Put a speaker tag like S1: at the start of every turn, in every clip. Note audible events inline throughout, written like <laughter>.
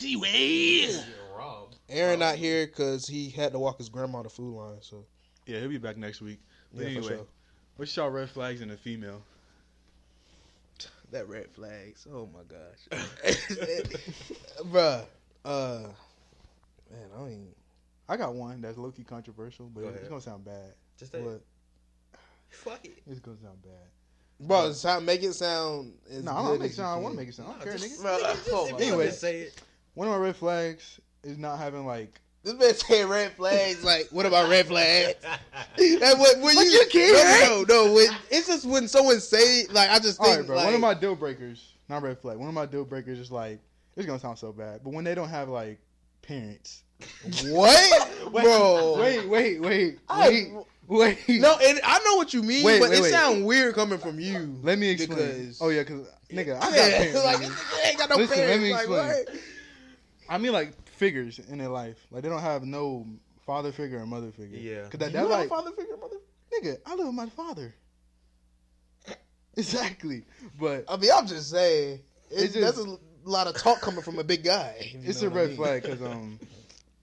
S1: Hey.
S2: robbed.
S3: Aaron
S1: Um,
S3: not here because he had to walk his grandma to food line. So
S1: Yeah, he'll be back next week. But
S3: yeah, for
S1: anyway,
S3: sure.
S1: what's y'all red flags in a female?
S3: that red flags. Oh my gosh, <laughs> bruh. Uh, man, I don't even. I got one that's low key controversial, but
S1: Go
S3: it's
S1: ahead.
S3: gonna sound bad.
S2: Just that.
S3: But
S2: Fuck it.
S1: It's gonna sound bad.
S3: bro, sound, make it sound. As
S1: No, I'm
S3: good
S1: gonna make
S3: as
S1: it sound.
S3: you
S1: I
S3: can.
S1: want to make it sound. I don't care,
S2: just,
S1: nigga.
S3: Bro,
S2: nigga, just,
S3: oh
S2: if
S3: my
S2: you
S1: God.
S2: just say it.
S1: One of my red flags is not having like.
S3: This man said red flags. Like, what about red
S1: <laughs>
S3: flags? That what when you, No, no, no. When, it's just when someone say it, like I just
S1: All
S3: think
S1: right, bro.
S3: like
S1: one of my deal breakers, not red flag. One of my deal breakers is like. It's gonna sound so bad, but when they don't have like parents.
S3: what,
S1: <laughs> Wait,
S3: bro?
S1: Wait, wait, wait,
S3: I-
S1: wait, wait.
S3: No, and I know what you mean,
S1: Wait,
S3: but
S1: wait,
S3: it
S1: wait.
S3: sound weird coming from you.
S1: Let me explain.
S3: Because-
S1: oh yeah, because nigga, I got
S3: Yeah, <laughs>
S1: parents.
S3: like
S1: nigga.
S3: this nigga ain't got no
S1: Listen, let
S3: parents.
S1: me
S3: Like,
S1: explain.
S3: what?
S1: I mean, like figures in their life. Like they don't have no father figure or mother figure.
S2: Yeah.
S1: Cause that,
S3: you
S1: that
S3: have a
S1: like,
S3: father figure, mother?
S1: nigga, I live with my father. <laughs> exactly, but
S3: I mean, I'm just saying, it's,
S1: It's just-
S3: that's a lot of talk coming from a big guy. if you
S1: it's
S3: know
S1: a
S3: what I
S1: red
S3: mean.
S1: flag 'cause flag
S3: <laughs>
S1: because um,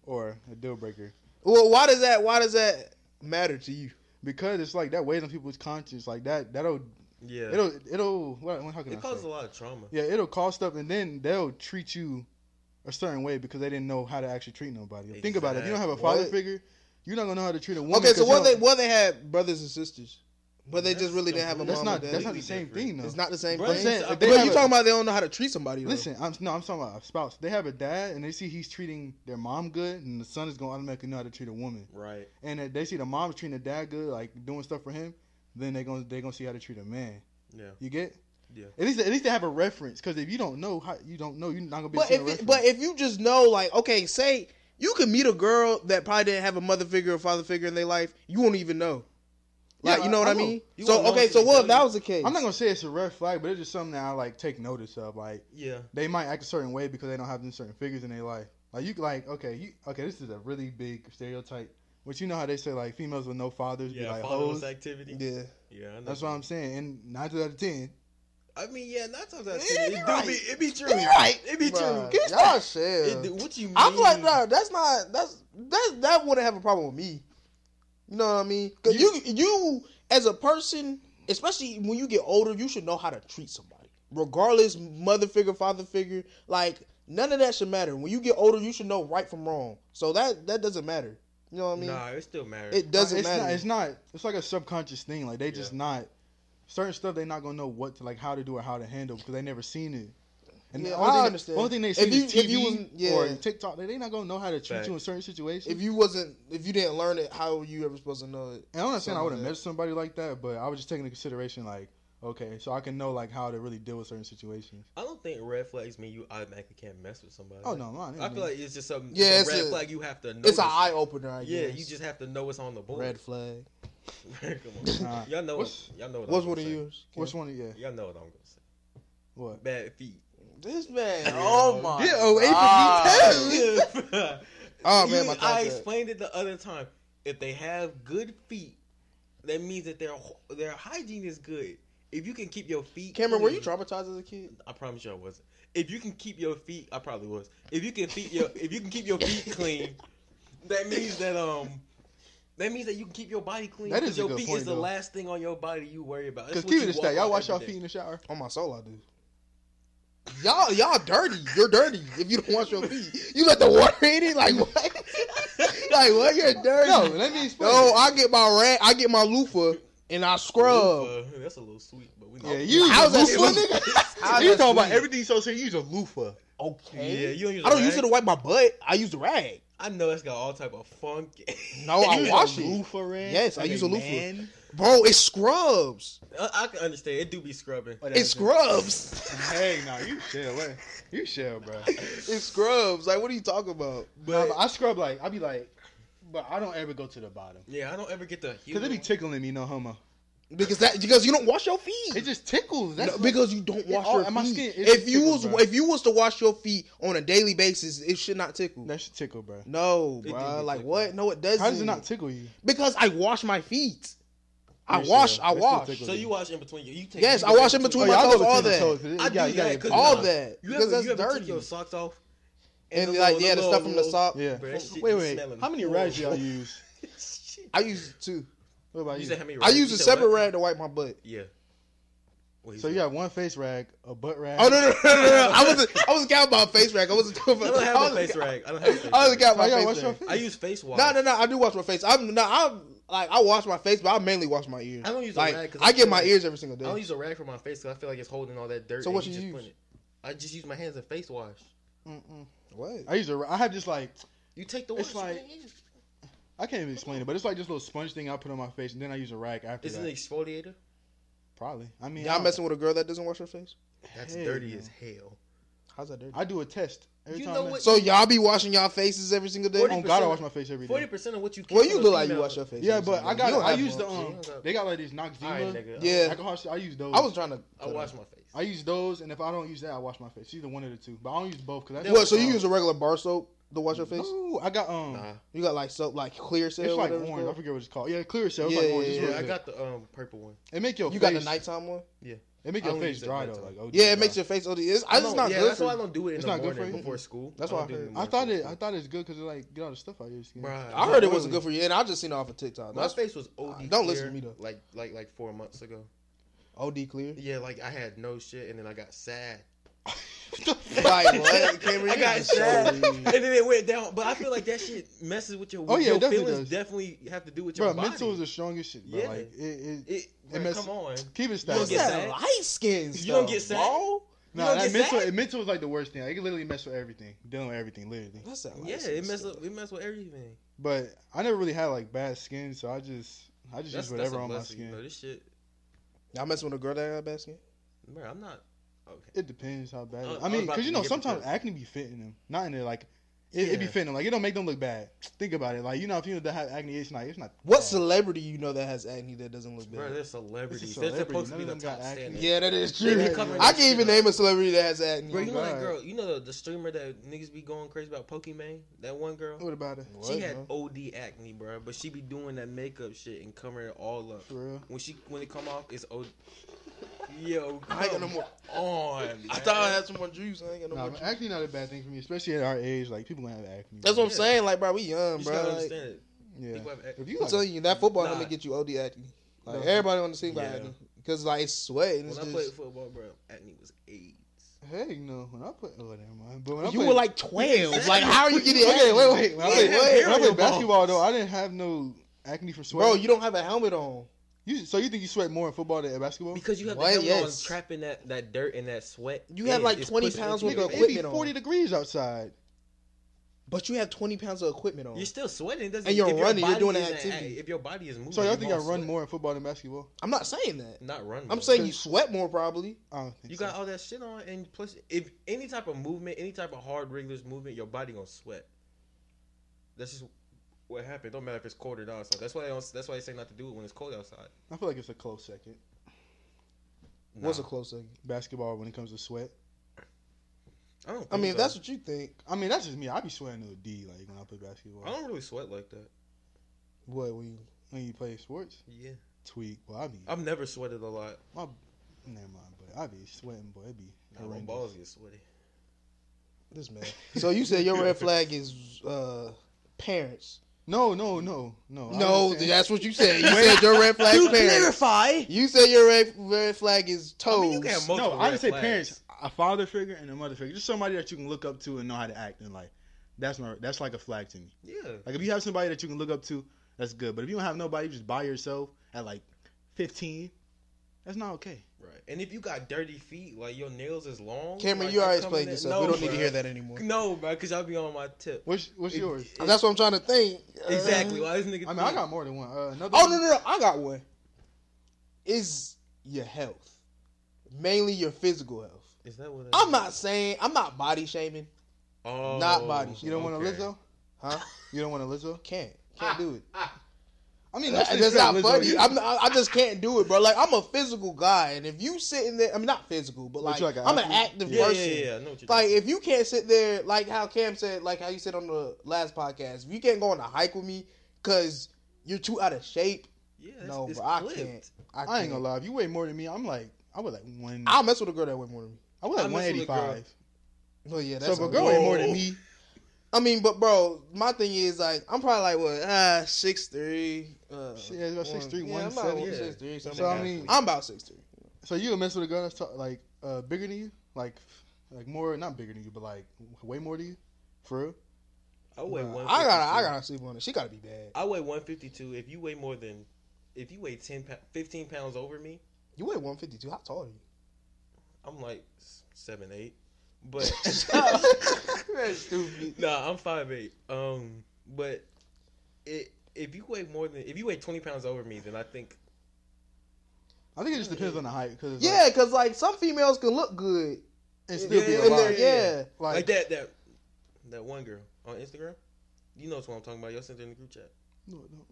S1: or a deal breaker
S3: Well, why does that? Why does that matter to you?
S1: because it's like that weighs on people's conscience. Like that, that'll
S2: Yeah.
S1: it'll it'll what, how can I
S2: it causes
S1: say?
S2: a lot of trauma.
S1: Yeah, it'll cause stuff, and then they'll treat you a certain way because they didn't know how to actually treat nobody. Think about it. If you don't have a
S3: Exact-
S1: father
S3: What?
S1: figure, you're not gonna know how to treat a woman.
S3: Okay, so
S1: 'cause you
S3: what
S1: don't-
S3: they what they had brothers and sisters, but they just
S2: That's
S3: really didn't have a
S1: That's
S3: mom
S1: not
S3: and
S1: that's not
S3: daddy.
S1: the same
S2: different.
S1: thing though.
S3: It's not the same
S2: Brothers
S3: thing.
S1: saying,
S2: and
S1: if they
S3: but
S1: have
S3: you
S1: a-
S3: talking about they don't know how to treat somebody. though.
S1: Listen, I'm no, I'm talking about a spouse. They have a dad and they see he's treating their mom good, and the son is gonna automatically know how to treat a woman.
S2: Right.
S1: And if they see the mom's treating the dad good, like doing stuff for him, then they gonna they gonna see how to treat a man.
S2: Yeah.
S1: You get?
S2: Yeah.
S1: At least at least they have a reference because if you don't know how you don't know, you're not gonna be.
S3: But
S1: seeing a
S3: if it,
S1: reference.
S3: but if you just know, like, okay, say you could meet a girl that probably didn't have a mother figure or father figure in their life, you won't even know. Like,
S1: Yeah,
S3: you know what
S1: I
S3: I,
S1: know.
S3: mean?
S2: You won't
S3: So
S2: know
S3: okay,
S2: until
S3: so
S2: they
S3: what
S2: tell
S3: if that
S2: you.
S3: was the case?
S1: I'm not gonna say it's a red flag, but it's just something that I like take notice of. Like
S2: Yeah.
S1: they might act a certain way because they don't have them certain figures in their life. Like you like okay, you okay, this is a really big stereotype. But you know how they say like females with no fathers be
S2: Yeah.
S1: like
S2: fatherless
S1: hoes.
S2: activity. Yeah.
S3: yeah,
S2: I know.
S1: That's what I'm saying. And nine out of ten,
S2: I mean, yeah, nine times out of
S3: Yeah,
S2: ten,
S3: you're
S2: it do
S3: right.
S2: be, it be true.
S3: You're right.
S2: It be true.
S3: Bruh,
S2: Get
S3: y'all
S2: that.
S3: shit.
S2: It do- what you mean?
S3: I'm like, no, that's not that's that that wouldn't have a problem with me. You know what I mean? Because you,
S1: You-
S3: you as a person, especially when you get older, you should know how to treat somebody, regardless mother figure, father figure. Like none of that should matter. When you get older, you should know right from wrong. So that that doesn't matter. You know what I mean?
S2: Nah, it still matters.
S3: It doesn't
S1: it's
S3: matter.
S1: Not, it's not. It's like a subconscious thing. Like they just not certain stuff. They not gonna know what to like, how to do or how to handle because they never seen it. And
S3: Yeah,
S1: the
S3: I
S1: only thing,
S3: understand.
S1: only thing they
S3: If
S1: see
S3: you-
S1: is
S3: if
S1: TV
S3: you was- yeah.
S1: or TikTok. They, they not gonna know how to treat
S2: Facts.
S1: you in certain situations.
S3: if you wasn't, if you didn't learn it, how were you ever supposed to know it?
S1: And I'm not saying
S3: Something
S1: I would have
S3: like that.
S1: met somebody like that, but I was just taking into consideration like, okay, so I can know like how to really deal with certain situations.
S2: I don't think red flags mean you automatically can't mess with somebody.
S1: Oh no, mine.
S2: I feel like it's just something.
S3: Yeah,
S2: Yeah,
S3: it's
S2: a red
S3: a-
S2: flag. You have to. Notice.
S3: It's an eye opener. I guess.
S2: Yeah, you just have to know what's on the board.
S3: red flag.
S2: <laughs> Come on.
S1: Nah.
S2: Y'all know.
S1: What's-
S2: y'all know. What
S3: What's
S2: I'm
S3: one of
S2: gonna say.
S3: yours?
S1: Which one? Yeah.
S2: Y'all know what I'm gonna say.
S1: What?
S2: Bad feet.
S3: This man.
S2: Yeah.
S3: Oh my.
S1: Yeah, oh, April,
S3: God.
S1: you
S2: <laughs>
S3: <laughs> Oh
S2: You-
S3: man, my
S2: I
S3: contract.
S2: explained it the other time. If they have good feet, that means that their hy- their hygiene is good. If you can keep your feet,
S3: Cameron, were you
S2: clean-
S3: traumatized as a kid?
S2: I promise you I wasn't. If you can keep your feet, I probably was. If you can feet your if you can keep your feet clean, that means that um that means that you can keep your body clean.
S1: That
S2: because
S1: is a
S2: your
S1: good
S2: feet
S1: point,
S2: is
S1: though.
S2: the last thing on your body you worry about. It's
S1: Because
S2: what
S1: keep
S2: you
S1: it a
S2: walk
S1: stat. Y'all
S2: on
S1: wash
S2: every
S1: y'all
S2: day.
S1: feet in the shower.
S3: On my soul, I do. Y'all, y'all dirty. You're dirty. If you don't wash your feet, you let the water in it. Like what? <laughs>
S2: <laughs>
S3: like what? You're dirty.
S1: No,
S3: No,
S1: <laughs>
S3: <laughs>
S1: let me explain.
S3: no. I get my rat. I get my loofah and I scrub.
S2: Ooh, uh, that's a little sweet, but we
S1: yeah, you
S3: How's
S1: use a
S3: that
S1: loofah,
S3: sweet? <laughs>
S1: nigga.
S3: How's
S1: you
S3: that
S1: talking about
S3: sweet?
S1: everything so serious. You use a loofah.
S3: Okay.
S2: Yeah, you don't use.
S3: I don't
S2: a
S3: use it
S2: rag.
S3: to wipe my butt. I use the rag.
S2: I know it's got all type of funk. <laughs>
S3: No, Oh, I
S1: You use
S3: wash
S1: a
S3: it.
S1: Loofah, Red?
S3: Yes, I
S1: Okay,
S3: use a loofah.
S2: Man,
S3: Bro, it scrubs.
S2: I, I can understand. It do be scrubbing.
S1: Whatever.
S3: It scrubs. <laughs>
S1: Hey, no, you shell. What? You shell, bro.
S3: it scrubs. Like, what are you talking about?
S1: Nah,
S2: But
S1: but I scrub like I be like, but I don't ever go to the bottom
S2: yeah, I don't ever get the.
S1: because it be
S2: human-
S1: tickling me. No homo.
S3: Because that because you don't wash your feet.
S1: It just tickles.
S3: No,
S1: That's what-
S3: because you don't
S1: it
S3: wash
S1: all-
S3: your
S1: and my
S3: feet.
S1: skin, it
S3: if
S1: just
S3: you
S1: tickles,
S3: was
S1: bro.
S3: if you was to wash your feet on a daily basis, it should not tickle.
S1: that should tickle, bro.
S3: No,
S2: It do
S3: bro.
S2: get
S3: Like
S2: tickle.
S3: what? No, it doesn't.
S1: How does it not tickle you?
S3: Because I wash my feet. I
S1: Yeah,
S3: wash.
S1: sure.
S3: I
S1: It still
S3: wash.
S1: tickles.
S2: So you wash in between. You, you take.
S3: Yes,
S2: you
S3: I
S2: go
S3: wash in between
S2: your-
S3: my
S1: y'all
S3: toes,
S1: Oh, go
S3: all
S1: between the
S3: that.
S1: toes, 'cause it-
S2: I
S1: you gotta-
S2: do
S1: you gotta
S2: that,
S1: get
S2: 'cause
S1: all
S3: All
S2: nah,
S3: that
S2: You
S3: because
S2: ever,
S3: that's
S2: you ever took
S3: dirty.
S2: your socks off
S3: and, like yeah, the stuff from the sock.
S1: Yeah.
S2: Bro, that shit
S3: Wait,
S2: be
S3: wait.
S2: smelling
S1: How many
S2: horrible.
S1: rags y'all use?
S3: I use two.
S1: What about
S2: You
S1: you?
S2: said how many
S3: I
S2: rags?
S3: use
S2: You
S3: a
S2: said
S3: separate
S2: what?
S3: rag to wipe my butt.
S2: Yeah. What he
S1: So you
S2: said.
S1: got one face rag, a butt rag.
S3: Oh no no no no! no. I was I was counting my face rag. I wasn't. I
S2: I don't have
S3: was-
S2: a face rag. I don't have a face
S3: I was
S2: rag.
S3: counting
S1: Why
S3: my
S1: y'all wash
S3: face
S1: your
S3: rag.
S1: face?
S2: I use face wash.
S3: No no no! I do wash my face. I'm no I'm like I wash my face, but I mainly wash my ears.
S2: I don't use a
S3: like
S2: rag 'cause
S3: I
S2: I
S3: get
S2: feel
S3: my
S2: like-
S3: ears every single
S2: I don't
S3: day.
S2: use a rag for my face because I feel like it's holding all that dirt.
S3: So
S2: and
S3: what
S2: you
S3: you
S2: just
S1: use?
S2: putting it- I just use my hands and face wash.
S1: Mm-mm.
S3: What?
S1: I use a. ra- I have just like
S2: You take the wash.
S1: It's like-
S2: man.
S1: I can't even explain it, but it's like this little sponge thing I put on my face, and then I use a rag after
S2: Is it
S1: that.
S2: an exfoliator?
S1: Probably. I mean,
S3: Y'all
S1: I-
S3: messing with a girl that doesn't wash her face?
S2: That's
S1: Hell
S2: dirty
S1: no.
S2: as hell.
S3: How's that dirty?
S1: I do a test every
S2: You
S1: time.
S2: know
S1: I-
S2: what?
S3: So y'all be washing y'all faces every single day?
S1: Oh
S2: 40%
S1: God, I wash my face every
S2: Forty
S1: day.
S2: percent of what you. keep
S3: Well, you
S2: from
S3: look
S2: a
S3: like you
S2: female-
S3: wash your face.
S1: Yeah,
S3: every
S1: but
S3: single
S1: I
S3: day.
S1: got.
S3: You don't
S1: I
S3: have
S1: use the
S3: much.
S1: um.
S2: much.
S1: They got like these Noxzema
S2: Alright, nigga.
S3: Yeah.
S1: alcohol. shit. I use those.
S3: I was trying to.
S2: I wash my face.
S1: I use those, and if I don't use that, I wash my face. Either one of the two, but I don't use both because
S3: What? So you use a regular bar soap to wash your face?
S1: um, No, I got um.
S2: Nah.
S3: You got like soap, like clear cell.
S1: It's like
S3: whatever it's
S1: orange. I
S3: called?
S1: forget what it's called. Yeah, clear cell. It's
S3: Yeah,
S1: like
S3: yeah,
S1: orange. It's
S3: yeah.
S1: really
S2: Yeah, I
S1: good.
S2: got the um purple one.
S1: It make your
S3: You
S1: face,
S3: got the nighttime one?
S1: It make
S2: I
S1: your
S2: only
S1: face
S2: use it
S1: dry
S2: at
S1: though.
S2: nighttime.
S1: Like oh
S3: Yeah, it makes your face. OD. It's, I just
S2: don't-
S3: not
S2: yeah,
S3: good.
S2: that's
S3: for
S2: why I
S3: you.
S2: don't do it in
S1: It's
S2: the
S1: not good
S2: morning
S1: for you?
S2: before school.
S3: That's
S2: I
S3: why
S2: don't
S3: I
S2: do in
S3: heard.
S2: the
S1: I
S2: morning
S1: thought
S2: before
S1: it.
S2: school.
S1: I thought it's good because it like get all the stuff out of your skin.
S2: Bruh,
S3: I heard it
S1: oily.
S3: wasn't good for you, and I just seen it off of TikTok.
S2: My
S3: That's
S2: face was OD.
S3: Don't listen
S2: clear,
S3: to me, though.
S2: Like like like four months ago.
S3: OD clear.
S2: Yeah, like I had no shit, and then I got sad.
S3: Like what? Cameron,
S2: I
S3: you
S2: got
S3: just so
S2: sad, <laughs> <laughs>
S3: weird.
S2: and then it went down. But I feel like that shit messes with your.
S1: Oh, yeah,
S2: your
S1: it definitely
S2: feelings
S1: does.
S2: definitely have to do with your
S1: Bro,
S2: body.
S1: mental is the strongest shit. Bro.
S2: Yeah.
S1: Like it, it,
S2: it,
S1: it
S2: bruh,
S1: mess-
S2: come on.
S1: keep it
S2: don't
S1: stacked.
S2: get
S3: What's
S2: sad.
S3: that light
S2: You
S3: skin
S2: don't
S3: stuff,
S2: get sad?
S3: bro?
S2: you
S1: Nah,
S2: don't
S1: that
S2: get
S1: mental.
S2: sad?
S1: It, mental is like the worst thing. Like, it can literally mess with everything. Dealing with everything, literally.
S3: That's that light
S2: Yeah,
S3: skin
S2: it messes
S3: stuff.
S2: up. It messes with everything.
S1: But I never really had like bad skin, so I just I
S2: That's
S1: just use
S2: that's
S1: whatever
S2: a
S1: on my
S2: blessing. You
S1: skin.
S2: know, this shit,
S3: Y'all messing with a girl that got bad skin?
S2: bro. I'm not. Okay.
S1: It depends how bad.
S2: I-
S1: It
S2: I
S1: I mean,
S2: was about
S1: because
S2: to
S1: you know
S2: get
S1: sometimes
S2: depressed.
S1: acne be fitting them, not in it like it, it be
S2: Yeah.
S1: fitting them. Like it don't make them look bad. Think about it. Like you know if you don't have acne, it's not it's not.
S3: What
S1: bad.
S3: celebrity you know that has acne that doesn't look
S2: Bro,
S3: bad?
S2: they're celebrities. They're
S1: celebrity.
S2: supposed to
S1: None
S2: be
S1: of
S2: the
S1: them got
S2: top
S1: acne.
S2: standard.
S3: Yeah, that is
S2: They
S3: true.
S2: be covering
S3: I
S2: that
S3: can
S2: shit
S3: even
S2: up.
S3: name a celebrity that has acne.
S2: Bro, you know that
S1: God.
S2: girl? You know the, the streamer that niggas be going crazy about Pokimane? That one girl?
S1: What about it?
S2: she
S3: What,
S2: had
S3: huh?
S2: OD acne, bro, but she be doing that makeup shit and covering it all up.
S1: For real.
S2: When she when it come off, it's OD. Yo, come
S3: I ain't got no more.
S2: on.
S3: I
S2: man.
S3: thought I had some more juice. I ain't got no
S1: Nah,
S3: more
S1: but
S3: juice.
S1: acne not a bad thing for me, especially at our age. Like people gonna have acne.
S3: That's what I'm
S2: Yeah.
S3: saying. Like, bro, we young,
S2: You just
S3: bro.
S2: gotta
S3: Like,
S2: understand it.
S1: Yeah.
S2: People have acne.
S1: If you
S3: I'm
S1: like,
S3: telling you, that football gonna
S2: Nah.
S3: get you OD acne. Like
S1: Nah.
S3: everybody on the team got
S2: Yeah.
S3: acne because like it's sweat. And
S2: When
S3: it's
S2: I
S3: just,
S2: played football, bro, acne was AIDS.
S1: hey, no, when I put, oh, never mind. But when I
S3: you
S1: played-
S3: were like twelve. like how are you
S2: <laughs>
S3: getting
S1: okay,
S3: acne?
S1: wait, wait. When I
S3: Wait, wait,
S1: played, when I
S2: wait,
S1: played
S2: wait.
S1: basketball though, I didn't have no acne from sweat.
S3: bro, you don't have a helmet on.
S1: you, so you think you sweat more in football than in basketball?
S2: Because you have
S3: Why,
S2: the helmet
S3: yes.
S2: on trapping that, that dirt and that sweat.
S3: You had
S2: in,
S3: like
S2: it's
S3: 20
S2: pushing
S3: pounds
S2: it
S3: worth
S2: to
S3: of
S2: your
S1: it be
S3: equipment on.
S1: 40 degrees outside.
S3: But you have twenty pounds of equipment on.
S2: You're still sweating. It doesn't,
S3: And you're
S2: if your
S3: running, you're
S2: body
S3: doing an
S2: isn't-
S3: activity.
S2: If your body is moving,
S1: So y'all
S2: you
S1: think I
S2: gonna
S1: run
S2: sweat.
S1: more in football than basketball?
S3: I'm not saying that.
S2: Not run.
S3: I'm
S2: more.
S3: saying you sweat more probably.
S1: I don't think
S2: You
S1: so.
S2: got all that shit on, and plus, if any type of movement, any type of hard regulars movement, your body gonna sweat. That's just what happened. Don't matter if it's cold or not. So that's why they don't, that's why they say not to do it when it's cold outside.
S1: I feel like it's a close second.
S2: Nah,
S3: What's a close second?
S1: Basketball when it comes to sweat.
S2: I don't.
S3: I
S2: think
S3: mean,
S2: so.
S3: if that's what you think.
S1: I mean, that's just me. I be sweating to a D like when I play basketball.
S2: I don't really sweat like that.
S3: What? When you,
S1: When you play sports,
S2: Yeah,
S1: tweak. Well, I be
S2: I've never sweated a lot.
S1: my never mind, but I be sweating, boy. It be
S2: Nah, my
S1: horrendous.
S2: balls get sweaty.
S3: this
S1: <laughs>
S3: man. So you said
S2: <laughs>
S3: your red flag is uh parents.
S1: No, no, no, no. I
S3: No,
S1: understand.
S3: that's what you
S2: <laughs>
S3: said. You said your red flag parents.
S2: clarify,
S3: You said your red, red flag is
S2: I
S3: toes.
S2: mean, you can have multiple
S1: no. I
S2: red
S1: just say
S2: flags.
S1: parents, a father figure and a mother figure, just somebody that you can look up to and know how to act in life. That's my that's like a flag to me.
S2: Yeah,
S1: Like if you have somebody that you can look up to, that's good. But if you don't have nobody, you just by yourself at like fifteen, that's not okay.
S2: right. And if you got dirty feet, like your nails is long.
S3: Cameron,
S2: like,
S3: you
S2: they
S3: already
S2: come
S3: explained
S2: in-
S3: yourself.
S2: No,
S3: we don't need to
S2: bruh.
S3: hear that anymore.
S2: No, bro, because y'all be on my tip.
S1: What's what's
S2: If-
S1: yours?
S2: if-
S3: That's what I'm trying to think.
S2: Exactly.
S3: Uh,
S2: Why this nigga?
S1: I mean,
S2: think-
S1: I got more than one. Uh, another
S3: oh
S1: one-
S3: no, no, no! I got one. Is your health, mainly your physical health.
S2: Is that what? it
S3: I'm
S2: is?
S3: not saying I'm not body shaming.
S2: Oh,
S3: not body.
S1: You don't want
S2: okay.
S1: to Lizzo?
S3: Huh?
S1: You don't want to Lizzo?
S3: Can't can't do it.
S1: I mean,
S3: That- that's
S1: that's,
S3: not funny. I'm not, I I just can't do it, bro. Like I'm a physical guy, and if you sitting there, I mean not physical, but
S1: What
S3: like,
S1: you like, an
S3: I'm an
S1: athlete?
S3: active
S2: Yeah,
S3: person.
S2: yeah, yeah, yeah. I know what you're
S3: Like
S2: doing.
S3: if you can't sit there, like how Cam said, like how you said on the last podcast, if you can't go on a hike with me because you're too out of shape,
S2: yeah, that's-
S3: no,
S2: it's
S3: bro, I
S2: clipped.
S3: can't. I,
S1: I ain't
S3: can't.
S1: gonna lie. If you weigh more than me, I'm like, I would like one.
S3: I'll mess with a girl that weigh more than me.
S1: I would like
S2: I mess with a girl.
S1: 185.
S3: Well, yeah,
S1: So
S3: that's
S1: if a
S3: a
S1: girl
S2: Whoa.
S1: <laughs> weigh more than me,
S3: I mean, but bro, my thing is like I'm probably like what ah six three. Uh,
S1: Yeah, about 6'3",
S3: yeah, I'm about
S1: 170.
S2: Yeah.
S3: six three.
S1: So, I mean-
S3: I'm about six three.
S1: So you would mess with a girl that's ta- like uh, bigger than you, like like more not bigger than you, but like way more than you, for real.
S2: I weigh one.
S3: I gotta, I gotta sleep on it. She gotta be bad.
S2: I weigh 152. If you weigh more than, if you weigh 10, pou- 15 pounds over me,
S3: You weigh 152. How tall are you?
S2: I'm like s- seven eight. But
S3: <laughs>
S2: <laughs>
S3: That's stupid.
S2: nah, I'm five eight. Um, but it, if you weigh more than, if you weigh 20 pounds over me, then I think
S1: I think it just depends on the height, because
S3: Yeah, cause like some females can look good.
S1: like, it's
S3: Yeah,
S1: still
S2: yeah,
S1: be a
S3: and
S1: lot.
S3: they're- yeah.
S1: Like,
S2: like, that that that one girl on Instagram. You know what I'm talking about? Y'all sent her in the group chat.
S1: No, no,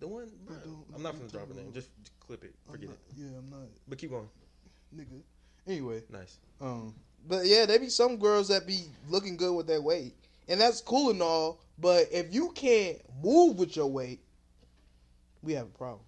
S2: The one. bruh,
S1: don't-
S2: I'm not
S1: don't
S2: gonna
S1: talk
S2: drop her name.
S1: about-
S2: Just just clip it.
S1: I'm
S2: Forget
S1: not,
S2: it.
S1: yeah, I'm not
S2: But keep going.
S1: nigga. Anyway,
S2: Nice.
S1: um,
S3: But yeah, there be some girls that be looking good with their weight, and that's cool and all. But if you can't move with your weight, we have a problem.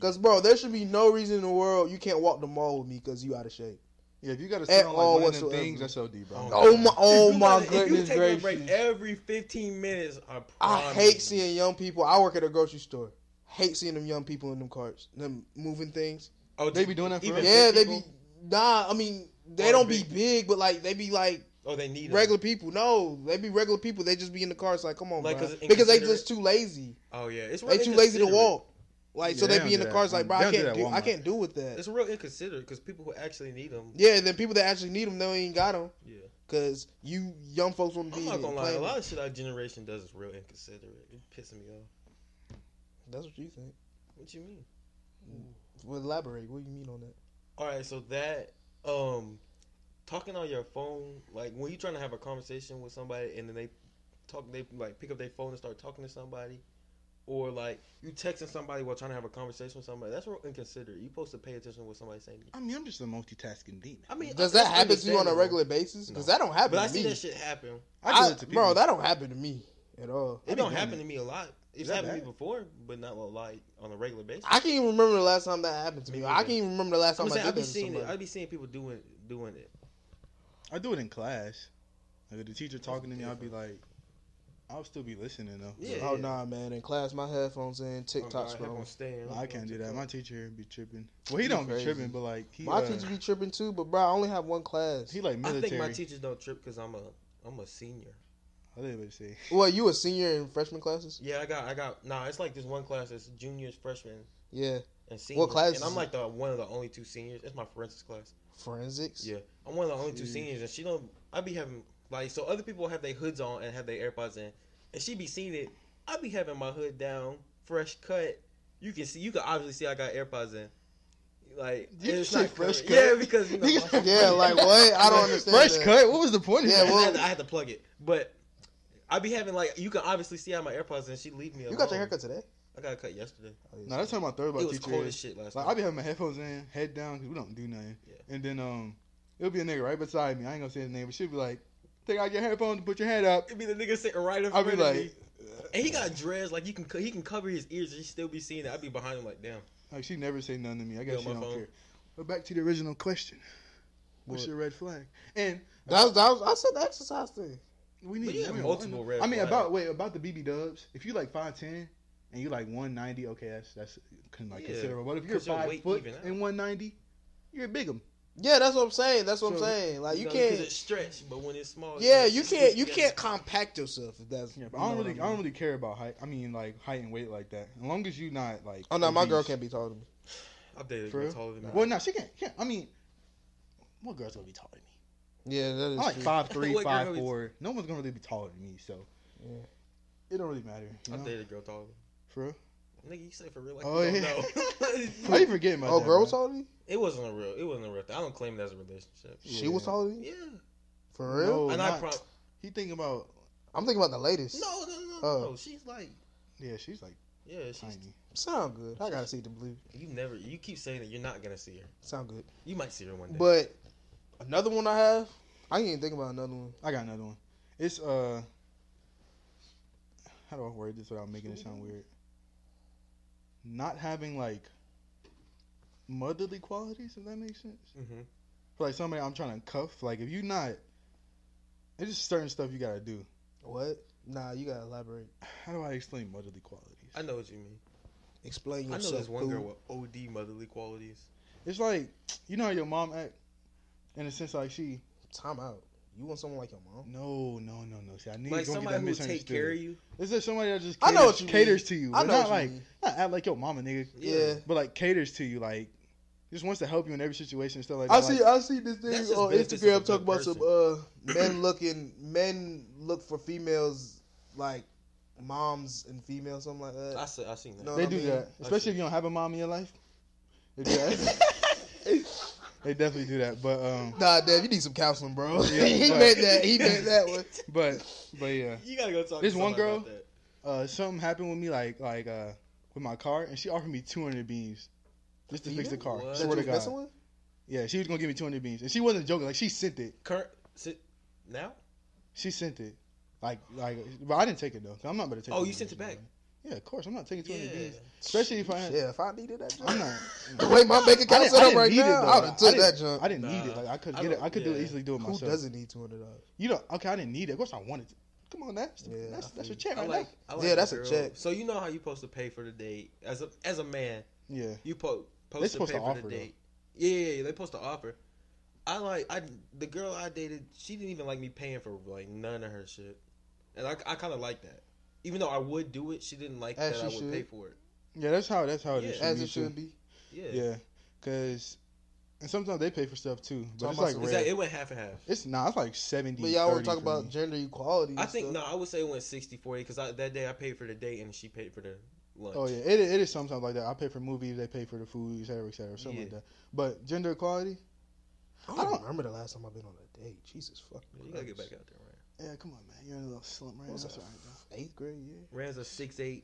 S3: Cause bro, there should be no reason in the world you can't walk the mall with me because you out of shape.
S1: yeah, if you got to sit on like
S3: all
S1: one of them
S3: whatsoever.
S1: things, that's OD,
S2: Oh,
S1: bro.
S3: Oh my, oh
S2: If you
S3: my
S2: let it- If you
S3: goodness
S2: take a break
S3: gracious!
S2: every 15 minutes, I promise.
S3: I hate
S2: you.
S3: seeing young people. I work at a grocery store. Hate seeing them young people in them carts, them moving things.
S2: Oh,
S1: They be doing that for
S2: even
S1: real?
S2: big
S3: Yeah, they be
S2: people?
S3: nah. I mean, they
S2: Or
S3: don't
S2: big
S3: be big, but like they be like
S2: Oh, they need 'em.
S3: regular people. No, they be regular people. They just be in the cars. Like, come on,
S2: Like,
S3: bro.
S2: 'cause it's
S3: because they
S2: inconsiderate.
S3: just too lazy.
S2: Oh yeah, it's real
S3: They too lazy to
S2: inconsiderate.
S3: walk. Like, so
S1: Yeah,
S3: they
S1: they
S3: be in
S1: don't
S3: the
S1: do
S3: cars.
S1: that.
S3: Like, bro, I
S1: They don't do
S3: can't do.
S1: that at
S3: I
S1: Walmart.
S3: can't do with that.
S2: It's real inconsiderate because people who actually need them.
S3: Yeah, then people that actually need them, they ain't got them
S2: Yeah,
S3: because you young folks want to
S2: I'm
S3: be.
S2: not
S3: in
S2: gonna
S3: it
S2: lie. A
S3: playing.
S2: lot of shit our generation does is real inconsiderate. It's pissing me off.
S3: That's what you think.
S2: What you mean?
S3: Well, elaborate. What do you mean on that?
S2: All right, so that um, talking on your phone, like when you trying to have a conversation with somebody and then they talk, they like pick up their phone and start talking to somebody, or like you texting somebody while trying to have a conversation with somebody. That's real inconsiderate. You supposed to pay attention to what somebody's saying. to you.
S1: I mean, I'm just a multitasking demon.
S2: I mean,
S3: Does
S2: that's
S3: that happen to you on a
S2: understandable.
S3: regular basis? Because that don't happen.
S2: But I
S3: to
S2: see
S3: me.
S2: that shit happen.
S1: I do
S3: I-
S1: it to people.
S3: bro, that don't happen to me at all.
S1: I
S2: It
S1: be
S2: don't
S1: doing
S2: happen
S1: it.
S2: to me a lot. It's
S1: that
S2: happened to me
S1: bad?
S2: before, but not like on a regular basis.
S3: I can't even remember the last time that happened to me.
S2: Me
S3: I
S2: neither.
S3: can't even remember the last
S2: I'm
S3: time I
S2: saying
S3: did
S2: I be
S3: that. to
S2: seeing it. I
S3: somebody.
S2: be seeing people doing doing it.
S1: I do it in class. Like if the teacher talking to me, I'll be like, I'll still be listening though.
S2: Yeah, yeah.
S3: oh
S2: Oh,
S3: nah, man! In class, my headphones in, TikTok
S2: I
S3: scrolling.
S2: staying.
S1: No, I can't do that. My teacher be tripping. Well, he
S3: You
S1: don't
S3: crazy.
S1: be tripping, but like he,
S3: My
S1: uh,
S3: teacher be tripping too, but bro, I only have one class.
S1: he like
S2: I
S1: military.
S2: think my teachers don't trip because I'm a I'm a senior.
S1: I didn't even see.
S3: Well, you a senior in freshman classes?
S2: Yeah, I got I got. Nah, it's like this one class that's juniors, freshmen,
S3: Yeah,
S2: and seniors.
S3: class
S2: And
S3: is
S2: I'm
S3: it?
S2: like the one of the only two seniors. It's my forensics class.
S3: forensics.
S2: Yeah. I'm one of the only two
S1: Jeez.
S2: seniors, and she don't. I be having like so other people have their hoods on and have their AirPods in, and she be seeing it. I be having my hood down, fresh cut. You can see, you can obviously see I got AirPods in. Like
S1: You
S2: it's
S1: say
S2: not
S1: fresh
S2: covered.
S1: cut?
S2: Yeah, because you know,
S1: Nigga
S2: my-
S3: <laughs> <laughs>
S1: said
S3: Yeah, like what? I
S1: <laughs>
S3: don't understand.
S1: Fresh
S3: that.
S1: cut. What was the point?
S3: Yeah,
S2: <laughs>
S1: of that?
S2: I, had
S3: well,
S2: to, I had to plug it, but I be having like you can obviously see how my AirPods and she leave me. Alone.
S3: You got your haircut today?
S2: I got a cut yesterday.
S1: no, that's how my third
S2: it
S1: about
S2: was
S1: teacher.
S2: cold as
S1: is.
S2: shit last
S1: Like
S2: night.
S1: I be having my headphones in, head down, cause we don't do nothing.
S2: Yeah.
S1: And then um, it'll be a nigga right beside me. I ain't gonna say his name, but she'll be like, take out your headphones, and put your head up.
S2: It'd be the nigga sitting right in
S1: I'll
S2: front
S1: be
S2: of me,
S1: like,
S2: and he got dreads like you can co- he can cover his ears and he still be seeing it. I'd be behind him like damn.
S1: like she never say nothing to me. I guess
S2: Yo,
S1: she
S2: my
S1: don't
S2: phone.
S1: care. But back to the original question. What's
S3: What?
S1: your red flag? And
S3: That was, that was I said the exercise thing.
S1: We need
S2: But you have
S1: we don't
S2: multiple
S1: want-
S2: red
S1: I mean,
S2: flags.
S1: about wait about the BB Dubs. If you like five ten and you like one ninety, okay, that's that's con- like
S2: Yeah,
S1: considerable. But if you're
S2: 'cause your
S1: five
S2: weight
S1: foot
S2: even out.
S1: and one ninety, you're a bigum.
S3: Yeah, that's what I'm saying. That's what I'm
S1: So,
S3: saying. Like you
S2: know,
S3: can't.
S2: because it's stretched, but when it's small,
S3: Yeah,
S2: it's-
S3: you
S2: it's
S3: can't.
S2: squeezed
S3: You
S2: together.
S3: can't compact yourself. If that's.
S1: Yeah, but
S3: you
S1: I don't
S3: know what
S1: really I,
S3: mean.
S1: don't really care about height. I mean, like height and weight like that. As long as you not like.
S3: Oh no, my
S1: obese.
S3: girl can't be taller than me.
S2: I've dated
S1: For
S2: girls
S1: real?
S2: taller than me.
S1: Well, no, she can't. can't. I mean, what girl's gonna be taller than me?
S3: Yeah, that is.
S1: I'm like
S3: true.
S1: five three,
S2: What girl
S1: five
S2: is-
S1: four. No one's gonna really be taller than me, so
S3: Yeah.
S1: it don't really matter. You
S2: I've
S1: know?
S2: dated a girl taller.
S1: For real,
S2: Nigga, you say for real? Like,
S1: Oh,
S2: oh yeah.
S1: yeah.
S2: Know.
S3: <laughs>
S1: I you forgetting about
S3: Oh,
S1: that,
S3: girl
S1: bro?
S3: was taller than you?
S2: it wasn't a real. It wasn't a real thing. I don't claim it as a relationship.
S3: She was
S1: Yeah.
S3: taller than you?
S2: Yeah,
S3: For real?
S1: No. Oh,
S2: and I
S1: not-
S2: prom.
S1: He thinking about
S3: I'm thinking about the latest.
S2: No, no, no,
S3: Oh.
S2: no. no. She's like,
S1: yeah, she's like
S2: yeah, she's.
S1: tiny.
S3: Sound good. I gotta see the blue.
S2: You never. You keep saying that you're not gonna see her.
S3: Sound good.
S2: You might see her one day.
S3: But another one I have, I can't even think about another one.
S1: I got another one. It's uh, how do I word this without making it sound weird? Not having like motherly qualities, if that makes sense.
S2: hmm
S1: For like somebody I'm trying to cuff, like if you not, it's just certain stuff you gotta do.
S3: What? Nah, you gotta elaborate.
S1: How do I explain motherly qualities?
S2: I know what you mean.
S3: Explain
S2: I
S3: yourself.
S2: know this one
S3: fool.
S2: girl with OD motherly qualities.
S1: It's like you know how your mom act, in a sense like she
S3: Time out. You want someone like your mom?
S1: no no no no. See, I need
S2: Like
S1: to get
S2: somebody
S1: that
S2: who will take care of
S1: misunderstood.
S2: you.
S1: It's just somebody that just
S3: I
S1: caters,
S3: know what you mean.
S1: caters to you.
S3: I
S1: but
S3: know
S1: not
S3: what you
S1: like
S3: mean.
S1: not act like your mama nigga,
S3: Yeah.
S1: but like caters to you like just wants to help you in every situation and stuff like that.
S3: I
S1: Like,
S3: see. I see this
S2: That's
S3: thing
S2: just
S3: on
S2: business of a
S3: Instagram talking
S2: good
S3: about some uh men looking men look for females like moms and females something like
S2: I
S3: that.
S2: see, I seen that.
S3: No.
S1: they
S3: I
S1: do
S3: mean,
S1: that,
S2: I
S1: especially
S2: see.
S1: if you don't have a mom in your life.
S3: <laughs>
S1: If you ask-
S2: <laughs>
S1: they definitely do that, but um,
S3: nah, Dev, you need some counseling, bro. <laughs>
S1: Yeah,
S3: he
S1: but-
S3: meant that. He meant that one.
S1: but but yeah.
S2: You gotta go talk.
S1: This
S2: to
S1: one
S2: somebody
S1: girl-
S2: about that.
S1: uh, something happened with me, like like uh, with my car, and she offered me 200 beans just to fix the car.
S2: What? That
S1: Swear
S3: That
S1: to
S3: you was
S1: God.
S3: messing with?
S1: Yeah, she was gonna give me 200 beans, and she wasn't joking. Like she sent it,
S2: Current sit now.
S1: she sent it, like like. But I didn't take it though. 'cause I'm not gonna take.
S2: Oh,
S1: 200
S2: you sent it
S1: beans,
S2: back?
S1: man. Yeah, of course. I'm not taking 200
S2: Yeah.
S1: beans, especially if I. Had,
S3: Yeah, if I needed that junk.
S1: I'm not.
S3: The way <laughs> my bank
S1: I
S3: account
S1: didn't,
S3: set
S1: I
S3: up
S1: didn't
S3: right
S1: need
S3: now,
S1: it though.
S3: I would have
S1: I
S3: took that
S1: didn't-
S3: junk.
S1: I didn't
S2: Nah.
S1: need it. Like I could
S2: I
S1: get it.
S2: don't-
S1: I could do
S2: yeah.
S1: it easily do it
S3: Who
S1: myself.
S3: doesn't need two hundred dollars?
S1: You know? Okay, I didn't need it. Of course, I wanted. To. Come on, that's
S3: Yeah,
S1: that's
S3: I
S1: that's
S3: feel
S1: a check
S2: I
S1: right
S2: like,
S1: there.
S2: I like
S3: Yeah,
S2: the
S3: that's a
S2: girl.
S3: check.
S2: So you know how you supposed to pay for the date as a as a man.
S1: Yeah,
S2: You po- supposed
S1: They
S2: to
S1: supposed
S2: pay
S1: to
S2: for
S1: offer,
S2: the
S1: though.
S2: date. Yeah, yeah, yeah, they supposed to offer. I like I the girl I dated. She didn't even like me paying for like none of her shit, and I, I kind of like that. Even though I would do it, she didn't like
S3: As
S2: that I would
S3: she
S2: pay
S3: should.
S2: for it.
S1: yeah. That's how that's how it is.
S2: Yeah.
S1: for
S3: As
S1: me,
S3: it
S1: too.
S3: should be.
S2: Yeah,
S1: Yeah, cause and sometimes they pay for stuff too, but
S3: Talking
S1: it's
S3: about
S1: like
S3: some-
S1: rare.
S2: It's like, it went half and half.
S1: it's not. It's like seventy.
S3: But y'all were
S1: 30
S3: talking
S1: for
S3: about
S1: me.
S3: gender equality. and
S2: I think
S3: stuff.
S2: no, I would say it went 60 40 because that day I paid for the date and she paid for the lunch.
S1: Oh yeah, it, it is sometimes like that. I pay for movies, they pay for the food, et cetera, et cetera, something like
S2: Yeah.
S1: that. But gender equality,
S3: I don't remember the last time I've been on a date. Jesus fucking.
S2: Yeah, you gotta get back
S3: Christ.
S2: out there, right?
S1: yeah, come on, man, you're in a little slump right now.
S3: What was
S1: That's
S3: that?
S1: all right,
S3: Eighth grade, yeah.
S2: Rand's a 6'8,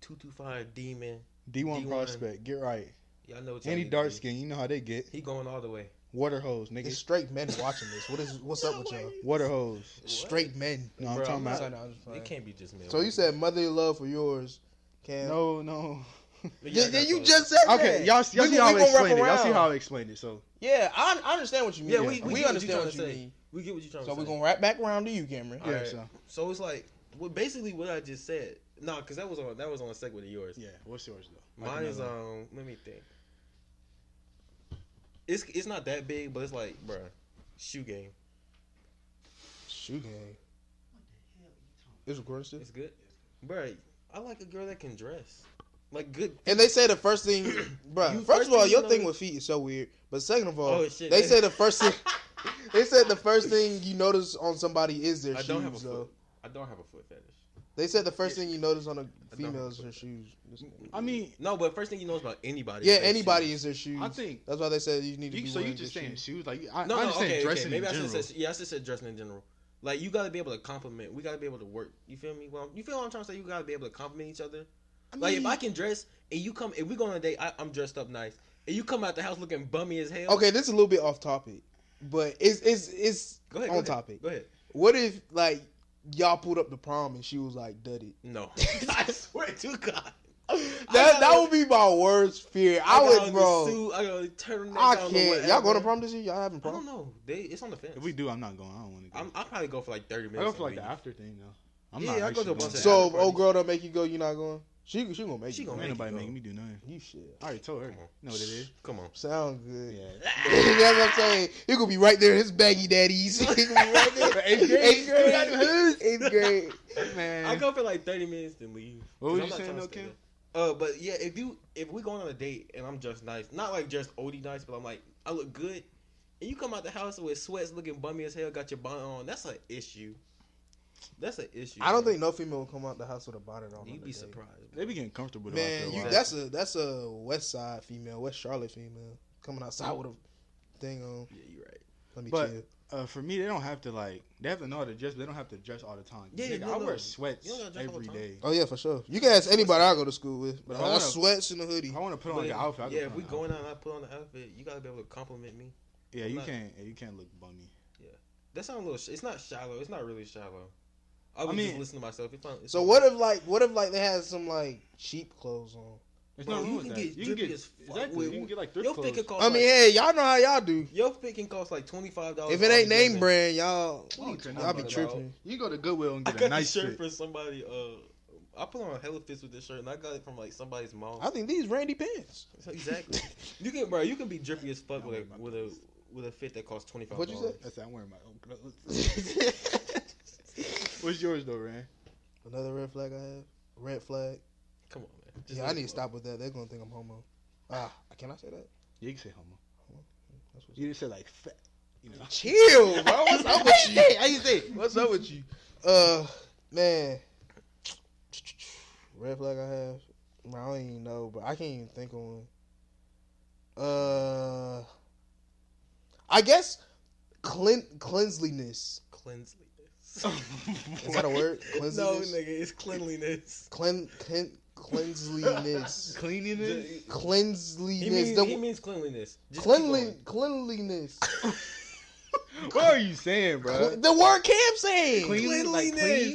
S2: 225 demon.
S1: D one
S2: D1.
S1: prospect, get right.
S2: Y'all know what y'all
S1: Any
S2: need to
S1: dark
S2: do.
S1: skin, you know how they get
S2: He going all the way.
S1: water hose, nigga.
S3: It's straight men watching this. What is what's up with y'all?
S1: water hose.
S3: Straight men.
S1: No, I'm
S2: Bro,
S1: talking
S2: I'm
S1: about.
S2: not- It can't be just male.
S3: So you said motherly love for yours, Cam.
S1: No, no.
S3: Yeah,
S2: Yeah,
S3: yeah, you
S2: that's all.
S3: just said that.
S1: Okay, y'all, y'all
S3: We
S1: see
S3: gon-
S1: how
S3: we
S1: I
S3: gon'
S1: explained it.
S3: wrap
S1: Y'all see
S3: around.
S1: how I explained it. So
S3: Yeah, I, I understand what you mean.
S2: Yeah, we, we,
S3: we
S2: get
S3: understand what
S2: trying to
S3: you
S2: say.
S3: mean.
S2: We get what you're trying
S3: So
S2: to
S3: we're
S2: say.
S3: gonna wrap back around to you, Cameron.
S1: yeah,
S2: Alright.
S1: so
S2: So it's like, well, basically what I just said. No, because that was on that was on a segment of yours.
S1: yeah. What's yours though? Like
S2: Mine is
S1: another-
S2: um. Let me think. It's it's not that big, but it's like, bruh, shoe game.
S3: Shoe game. It's recording still.
S2: It's good, bruh. I like a girl that can dress, like good.
S3: And they say the
S2: <coughs>
S3: first thing, bro.
S2: You
S3: First,
S2: first
S3: of all,
S2: thing you
S3: your
S2: know-
S3: thing with feet is so weird. But second of all,
S2: Oh, shit.
S3: they
S2: <laughs>
S3: say the first thing. They said the first thing you notice on somebody is their
S2: I
S3: shoes.
S2: don't have a
S3: though.
S2: foot. I don't have a foot fetish.
S3: They said the first thing you notice on a
S2: don't
S3: female is
S2: have
S3: their
S2: a
S3: shoes.
S1: I mean,
S2: No, but first thing you know is about anybody.
S3: Yeah,
S2: is their
S3: anybody
S2: shoes.
S3: is their shoes.
S1: I think-
S3: that's why they said you need to
S1: you,
S3: be.
S1: so you
S3: wearing
S1: just
S3: good
S1: saying
S3: shoes.
S1: shoes? Like I,
S2: No,
S1: I
S2: no,
S1: understand
S2: okay,
S1: dressing
S2: okay. Maybe
S1: in
S2: I should
S1: general.
S2: say yeah, I should say dressing in general. Like you got to be able to compliment. We got to be able to work. You feel me? Well, you feel what I'm trying to say? You got to be able to compliment each other. Like if I can dress and you come, if we go on a date, I, I'm dressed up nice, and you come out the house looking bummy as hell.
S3: Okay, this is a little bit off topic, but it's it's it's
S2: go ahead.
S3: on
S2: go ahead.
S3: topic.
S2: Go ahead.
S3: What if like y'all pulled up the prom and she was like dudded? <laughs>
S2: No, <laughs> I swear to God,
S3: That
S2: got
S3: that
S2: on-
S3: would be my worst fear. I,
S2: got
S3: would,
S2: on The
S3: bro.
S2: suit, I got a turtleneck.
S3: I
S2: got on the
S3: can't. Y'all
S2: whatever.
S3: going to prom this year? Y'all having
S2: I don't
S3: prom?
S2: know. They, it's on the fence.
S1: If we do, I'm not going. I don't want to go.
S2: I'm, I'll probably go for like 30
S1: I
S2: minutes.
S1: go for like
S2: and
S1: the
S2: leave.
S1: after thing though. I'm
S2: Yeah, I
S1: not
S2: go to
S1: actually
S2: a bunch
S1: going.
S2: of after
S3: So if old
S2: parties.
S3: girl don't make you go, you not going. She she gonna make
S2: She
S3: you.
S2: gonna
S3: go.
S1: Ain't
S2: make
S1: nobody
S2: you go.
S1: making me do nothing.
S3: You shit.
S1: I already told her.
S2: Come on.
S1: No, what it is.
S2: Come on.
S3: Sound good.
S1: Yeah.
S3: <laughs>
S2: <laughs>
S3: That's what I'm saying. He could be right there in his baggy daddies. He could be right
S2: <laughs>
S3: there.
S1: Eighth grade.
S3: Eighth grade.
S1: Eighth
S3: Eighth grade.
S1: Man.
S2: I go for like 30 minutes then leave.
S1: What was
S2: 'Cause
S1: you
S2: I'm
S1: saying,
S2: not
S1: though,
S2: trying to stay
S1: Kim?
S2: there. Uh, but yeah, if you if we going on a date and I'm just nice, not like just oldie nice, but I'm like I look good, and you come out the house with sweats looking bummy as hell, got your bonnet on, that's an issue. That's an issue.
S3: I don't
S2: bro.
S3: think no female will come out the house with a bonnet on.
S2: you'd be
S3: on the day.
S2: surprised.
S1: They be getting comfortable. though after
S3: Man,
S1: a
S3: you,
S1: while.
S3: that's a that's a West Side female, West Charlotte female coming outside with a thing on.
S2: Yeah, you're right.
S3: Let me
S1: But-
S3: chill.
S1: uh, for me, they don't have to like. They have to know how to dress. But they don't have to dress all the time.
S2: Yeah,
S1: Nigga,
S2: no,
S1: I
S2: no.
S1: wear
S2: You
S1: sweats
S2: don't gotta dress all the
S1: every
S2: time.
S1: day.
S3: Oh yeah, for sure. You can ask anybody I go to school with. But
S1: But
S3: I
S1: I
S3: got
S1: wanna-
S3: sweats and a hoodie.
S1: If I want to put on
S2: But
S1: like an outfit. I
S2: yeah,
S1: can
S2: if
S1: put
S2: we
S1: on an
S2: going
S1: outfit.
S2: out and I put on the outfit, you gotta be able to compliment me.
S1: Yeah, you
S2: out-
S1: can't. yeah, You can't look bummy.
S2: That sounds a little. Sh- it's not shallow. It's not really shallow. I would
S1: I
S2: just
S1: mean-
S2: listen to myself. It's not, it's
S3: So
S2: not-
S3: what if like what if like they had some like cheap clothes on?
S4: There's
S2: Bro,
S4: no
S2: you
S4: wrong with
S2: can
S4: that.
S2: get
S4: you can
S2: drippy
S4: get
S2: as fuck
S4: exactly.
S2: with-
S4: You can get like thrift
S2: Your
S4: clothes.
S2: pick can cost.
S3: I mean,
S2: Oh, like, Oh,
S3: hey, y'all know how y'all do.
S2: your pick can cost like twenty five dollars.
S3: If it ain't name brand, y'all,
S2: What are you talking
S3: y'all be
S2: about?
S3: tripping.
S1: You go to Goodwill and
S2: I
S1: get
S2: got
S1: a
S2: nice
S1: nice
S2: shirt
S1: shit.
S2: for somebody. Uh, I put on hella fits with this shirt, and I got it from like somebody's mom.
S3: I think these Randy pants.
S2: exactly. you can, bro. You can be drippy as fuck
S1: I'm
S2: with a
S1: wearing my
S2: with a with a fit that costs twenty five.
S3: What'd you say?
S1: I said I'm wearing my own clothes.
S3: Another
S1: What's yours though, Ran?
S3: red flag I have. Red flag.
S2: Come on, man. Just
S3: Yeah, I
S2: leave
S3: need
S2: it
S3: to stop with that. They're gonna think I'm homo. Ah, can I say that?
S1: Yeah, you can say homo.
S3: That's what's
S1: You didn't say like fat.
S3: <laughs>
S1: You know.
S3: Chill, bro. What's up with you?
S1: How you say?
S3: What's up with you? Uh, man. Red flag I have. Bro, I don't even know, but I can't even think of one. Uh, I guess clean cleanliness. <laughs>
S2: Cleanliness. <laughs>
S3: Is that a word?
S2: no,
S3: Cleanliness.
S2: nigga, it's cleanliness.
S3: Clean, clean <laughs>
S2: <laughs>
S3: cleanliness.
S1: Cleanliness.
S2: Ju- He
S3: cleanliness.
S2: means,
S3: The,
S2: he means cleanliness. Just keep
S3: cleanly,
S2: going.
S3: cleanliness.
S1: what are you saying, bro?
S3: Cle- the word Cam saying.
S1: Cleanly, like
S2: Cleanliness.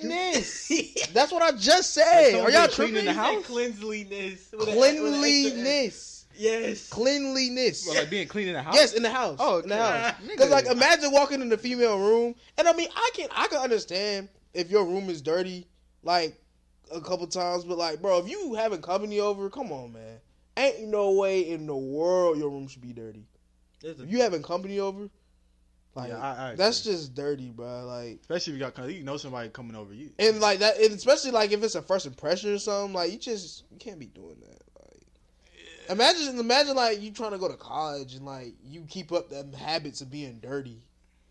S2: <laughs>
S3: Cleanliness. That's what I just said.
S1: Like
S3: Are y'all
S1: somebody cleaning
S3: tripping?
S1: the house?
S2: Say Cleanliness. with a- with a extra
S3: Cleanliness.
S2: S. Yes.
S3: Cleanliness.
S1: Well, like being clean in the house.
S3: Yes, in the house.
S1: Oh,
S3: in the
S1: okay.
S3: house.
S1: <laughs> Nigga.
S3: Because like, imagine walking in the female room, and I mean, I can I can understand if your room is dirty, like a couple times, but like, bro, if you having company over, come on, man, ain't no way in the world your room should be dirty.
S2: There's a-
S3: If you having company over, like,
S1: Yeah, I- I
S3: that's
S1: agree.
S3: just dirty, bro. Like.
S1: Especially if you got, cause you know somebody coming over you.
S3: And like that, and especially like if it's a first impression or something, like you just you can't be doing that. Like, imagine, imagine like you trying to go to college and like you keep up them habits of being dirty,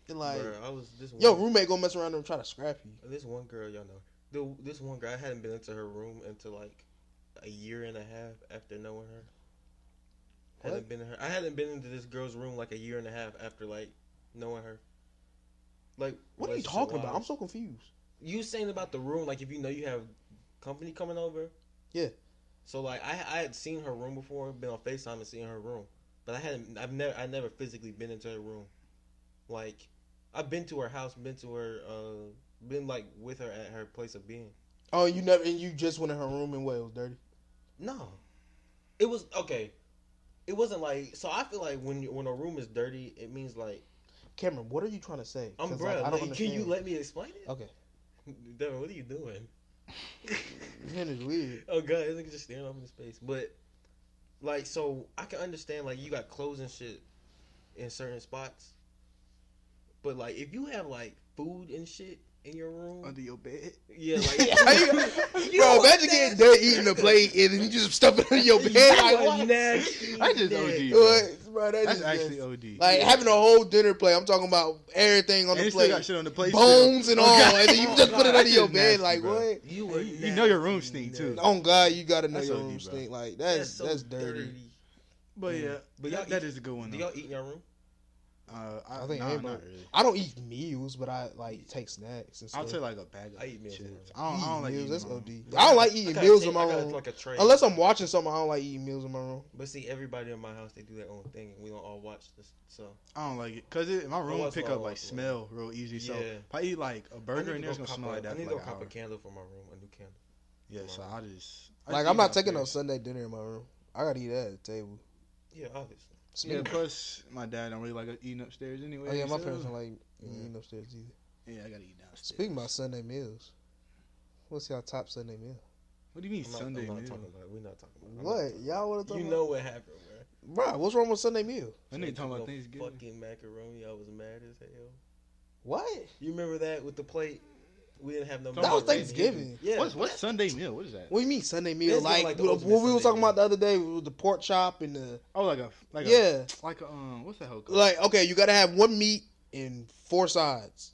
S3: and like
S2: Bruh, I was this one.
S3: your roommate gonna mess around and try to scrap you.
S2: This one girl, y'all know. The, this one girl, I hadn't been into her room until like a year and a half after knowing her. Hadn't been in her. I hadn't been into this girl's room like a year and a half after like knowing her. Like
S3: What are you
S2: relationship
S3: talking about?
S2: wise.
S3: I'm so confused.
S2: you saying about the room, like if you know you have company coming over.
S3: Yeah.
S2: So like I I had seen her room before, been on Facetime and seen her room, but I hadn't. I've never I never physically been into her room. Like I've been to her house, been to her, uh, been like with her at her place of being.
S3: Oh, you never, and you just went in her room and what it was dirty.
S2: No, it was okay. It wasn't like so. I feel like when you, when a room is dirty, it means like
S3: Cameron, what are you trying to say? 'Cause,
S2: I'm
S3: like,
S2: bruh.
S3: I don't
S2: like, can you
S3: understand.
S2: let me explain it?
S3: Okay,
S2: Devin, what are you doing?
S3: man is weird.
S2: Oh god, this nigga just staring off into space. But like, so I can understand like you got clothes and shit in certain spots, but like if you have like food and shit in your room,
S1: Under your bed.
S2: yeah,
S1: <laughs>
S2: like
S3: Are you-
S2: You
S3: bro,
S2: a
S3: imagine getting
S2: nasty
S3: dirty eating a plate and then you just <laughs> stuff it under your
S2: <laughs> you
S3: bed.
S2: a
S3: Like, what?
S2: nasty
S1: I just
S2: nigga.
S1: OD.
S3: What? Bro, that
S1: That's
S3: is
S1: actually
S3: nasty.
S1: OD.
S3: Like having a whole dinner plate. I'm talking about everything on
S1: and
S3: the
S1: you still got
S3: plate,
S1: shit on the plate.
S3: bones
S1: still.
S3: and
S1: Oh,
S3: all,
S1: God.
S3: and then you just
S1: Oh,
S3: put it
S1: God.
S3: under your
S1: That's
S3: bed.
S1: nasty,
S3: like
S1: bro.
S3: what?
S2: You, a
S1: You- you know your room
S2: nasty
S1: stink,
S2: nigga.
S1: too.
S2: That's
S3: Oh God, you gotta know
S1: That's
S3: your
S1: OD,
S3: room
S1: bro.
S3: stink. Like that's
S2: so
S3: that's dirty.
S1: But yeah,
S2: But
S1: but
S2: y'all
S1: that, that is a good one.
S2: Do
S1: Though.
S2: y'all eat in your room?
S1: Uh, I,
S3: I think
S1: nah,
S3: everybody-
S1: not really.
S3: I don't eat meals, but I like take snacks and stuff.
S1: I'll take like a bag of
S2: I eat meals in my
S1: chips.
S2: room.
S1: I don't, I don't like
S3: meals.
S1: eating
S3: That's
S1: my own.
S3: OD. I don't like
S2: I
S3: eating
S2: got a
S3: meals
S2: ta-
S3: in my
S2: I got,
S3: room
S2: Like a tray.
S3: unless I'm watching something. I don't like eating meals in my room.
S2: but see, everybody in my house they do their own thing, and we don't all watch this. So
S1: I don't like it because it, my room
S2: that's
S1: pick
S2: what I
S1: up like
S2: want, bro.
S1: smell real easy. So
S2: Yeah.
S1: if I eat like a burger
S2: I
S1: in
S2: need
S1: there,
S2: to
S1: it's
S2: go
S1: gonna
S2: cop
S1: smell
S2: a-
S1: like
S2: I
S1: that
S2: need
S1: for
S2: to go
S1: like an
S2: cop a
S1: hour.
S2: candle for my room, a new candle.
S1: Yeah,
S2: tomorrow.
S1: so I just I
S3: Like
S1: just
S3: I'm
S1: eat
S3: not taking no
S1: outdoors.
S3: Sunday dinner in my room. I gotta eat that at the table.
S2: Yeah, obviously.
S1: Yeah,
S3: Speaking-
S1: plus my dad don't really like eating upstairs anyway.
S3: oh yeah, my
S1: so-
S3: parents don't like me eating upstairs either.
S1: Yeah, I gotta eat downstairs.
S3: Speaking about Sunday meals, what's y'all top Sunday meal?
S1: What do you mean
S2: I'm not,
S1: Sunday
S2: I'm not
S1: meal?
S2: talking about it. We're not talking about it. I'm not
S3: What
S2: talking
S3: y'all want
S2: about
S3: to talk
S2: it. You
S3: about?
S2: know what happened, bro.
S3: Bro, what's wrong with Sunday meal?
S1: That nigga talking
S2: No
S1: about Thanksgiving.
S2: Fucking macaroni. I was mad as hell.
S3: What?
S2: You remember that with the plate? We didn't have no.
S1: Talking
S3: That was
S1: about
S2: macaroni.
S3: Thanksgiving.
S2: Yeah.
S1: What's what's Sunday meal? What is that?
S3: What do you mean Sunday meal?
S2: That's
S3: Like,
S2: like the
S3: what
S2: ultimate
S3: we were
S2: Sunday
S3: talking
S2: meal.
S3: about the other day with the pork chop and the
S1: Oh, like a like a
S3: yeah,
S1: like a um, what's that hell called?
S3: like uh, okay, you gotta have one meat and four sides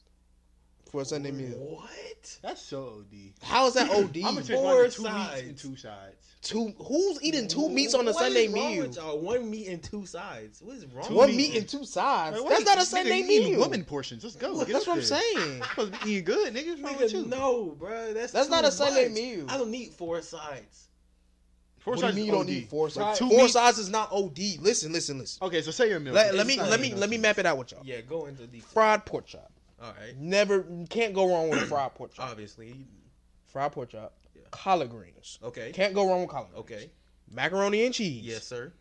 S3: for a Sunday meal.
S2: What?
S1: That's so OD.
S3: How is that OD?
S1: I'm gonna
S2: take
S1: change
S2: Four
S1: mine to two meats
S2: sides.
S1: and two sides.
S3: two, who's eating two meats on
S2: What
S3: a
S2: is
S3: Sunday
S2: wrong
S3: meal?
S2: With y'all? One meat and two sides. What is wrong?
S1: Two
S3: One
S2: with
S1: meats.
S3: meat
S2: you?
S3: and two sides.
S1: Like, what
S3: That's
S1: you-
S3: not a
S1: nigga,
S3: Sunday
S1: you eating
S3: meal.
S1: Woman portions. Let's go. Get
S3: That's
S1: up
S3: what I'm
S1: there.
S3: saying.
S1: I'm supposed to be eating good, nigga. What's wrong with you?
S2: Nigga, no, bro. That's
S3: That's
S2: too
S3: not a Sunday
S2: much.
S3: meal.
S2: I don't need four sides.
S1: Four
S3: What do you
S1: sides
S3: mean
S1: is
S3: you don't
S1: OD.
S3: need four
S1: Like
S3: sides?
S1: two
S3: four
S1: meats-
S3: sides is not OD. Listen, listen, listen.
S1: Okay, so say your meal.
S3: Let, let me
S2: Inside
S3: let me
S2: meal.
S3: let me map it out with y'all.
S2: Yeah, go into detail.
S3: Fried pork chop.
S2: All right. <clears throat>
S3: Never you can't go wrong with a fried pork chop.
S2: Obviously,
S3: Fried pork chop.
S2: Yeah.
S3: collard greens.
S2: Okay.
S3: Can't go wrong with collard greens.
S2: Okay.
S3: Macaroni and cheese.
S2: Yes, sir.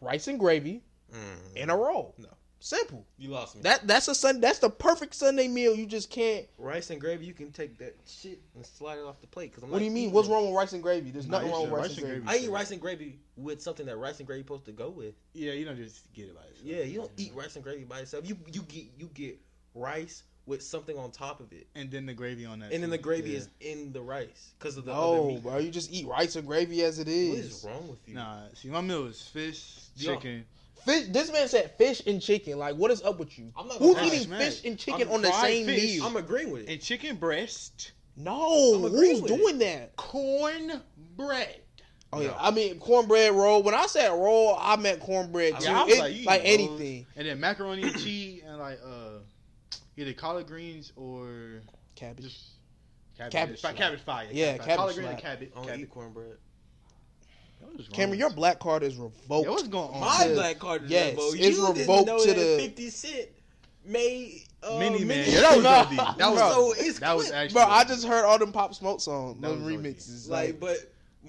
S3: Rice and gravy
S2: Mm.
S3: in a roll.
S2: No.
S3: Simple.
S2: You lost me.
S3: That that's a sun. That's the perfect Sunday meal. You just can't.
S2: rice and gravy, you can take that shit and slide it off the plate. Cause I'm
S3: What
S2: not
S3: do you mean?
S2: eating
S3: What's
S2: it.
S3: wrong with rice and gravy? There's
S1: Nah,
S3: nothing
S1: you
S3: wrong
S1: should-
S3: with rice
S1: rice
S3: and
S1: and
S3: gravy.
S1: gravy.
S2: I eat rice and gravy with something that rice and gravy supposed to go with.
S1: Yeah, you don't just get it like that.
S2: Yeah, you don't eat rice and gravy by itself. You you get you get rice with something on top of it,
S1: And then the gravy on that.
S2: and then
S1: too.
S2: the gravy
S1: Yeah.
S2: is in the rice because of the other
S3: No,
S2: meat.
S3: bro. You just eat rice and gravy as it
S2: What
S3: is.
S2: is wrong with you?
S1: Nah, see, my meal is fish,
S2: Yeah.
S1: chicken.
S3: Fish. This man said fish and chicken. Like, what is up with you?
S2: I'm not
S3: Who's
S2: gonna lie.
S3: eating
S1: Man,
S3: fish and chicken
S1: I'm
S3: on the
S1: fried
S3: same
S1: fish.
S3: meal?
S2: I'm agreeing with it.
S1: And chicken breast,
S3: no,
S2: I'm agreeing
S3: who's
S2: with it.
S3: doing that?
S1: corn bread.
S3: Oh yeah,
S2: No.
S3: I mean cornbread roll. When I said roll, I meant cornbread too.
S2: Yeah, I was
S3: It-
S1: like,
S3: like,
S1: you know.
S3: anything.
S1: And then macaroni and cheese and like uh either collard greens or
S3: Cabbage.
S1: just cabbage.
S3: Cabbage
S1: Cabbage,
S3: slap.
S1: cabbage fire.
S3: Yeah,
S1: fire.
S3: cabbage
S1: Collard green and
S3: slap. <laughs>
S1: cabbage.
S2: I don't
S1: cabbage.
S2: eat cornbread.
S1: What is wrong
S3: Cameron,
S1: with
S3: your
S1: you?
S3: black card is revoked.
S1: Yo, what's going on?
S2: My
S3: Yeah.
S2: black card is
S3: Yes,
S2: revoked.
S3: it's
S2: you
S3: revoked
S2: didn't know
S3: to
S2: that
S3: the-
S2: Fifty Cent made uh,
S1: Mini man,
S2: Mini
S1: yeah, that was
S3: Nah.
S1: OD. That was
S2: So it's
S1: that was
S2: quit.
S1: actually.
S3: Bro, I just heard all them pop smoke songs,
S1: That
S3: those
S1: was OD.
S3: remixes.
S2: Like, but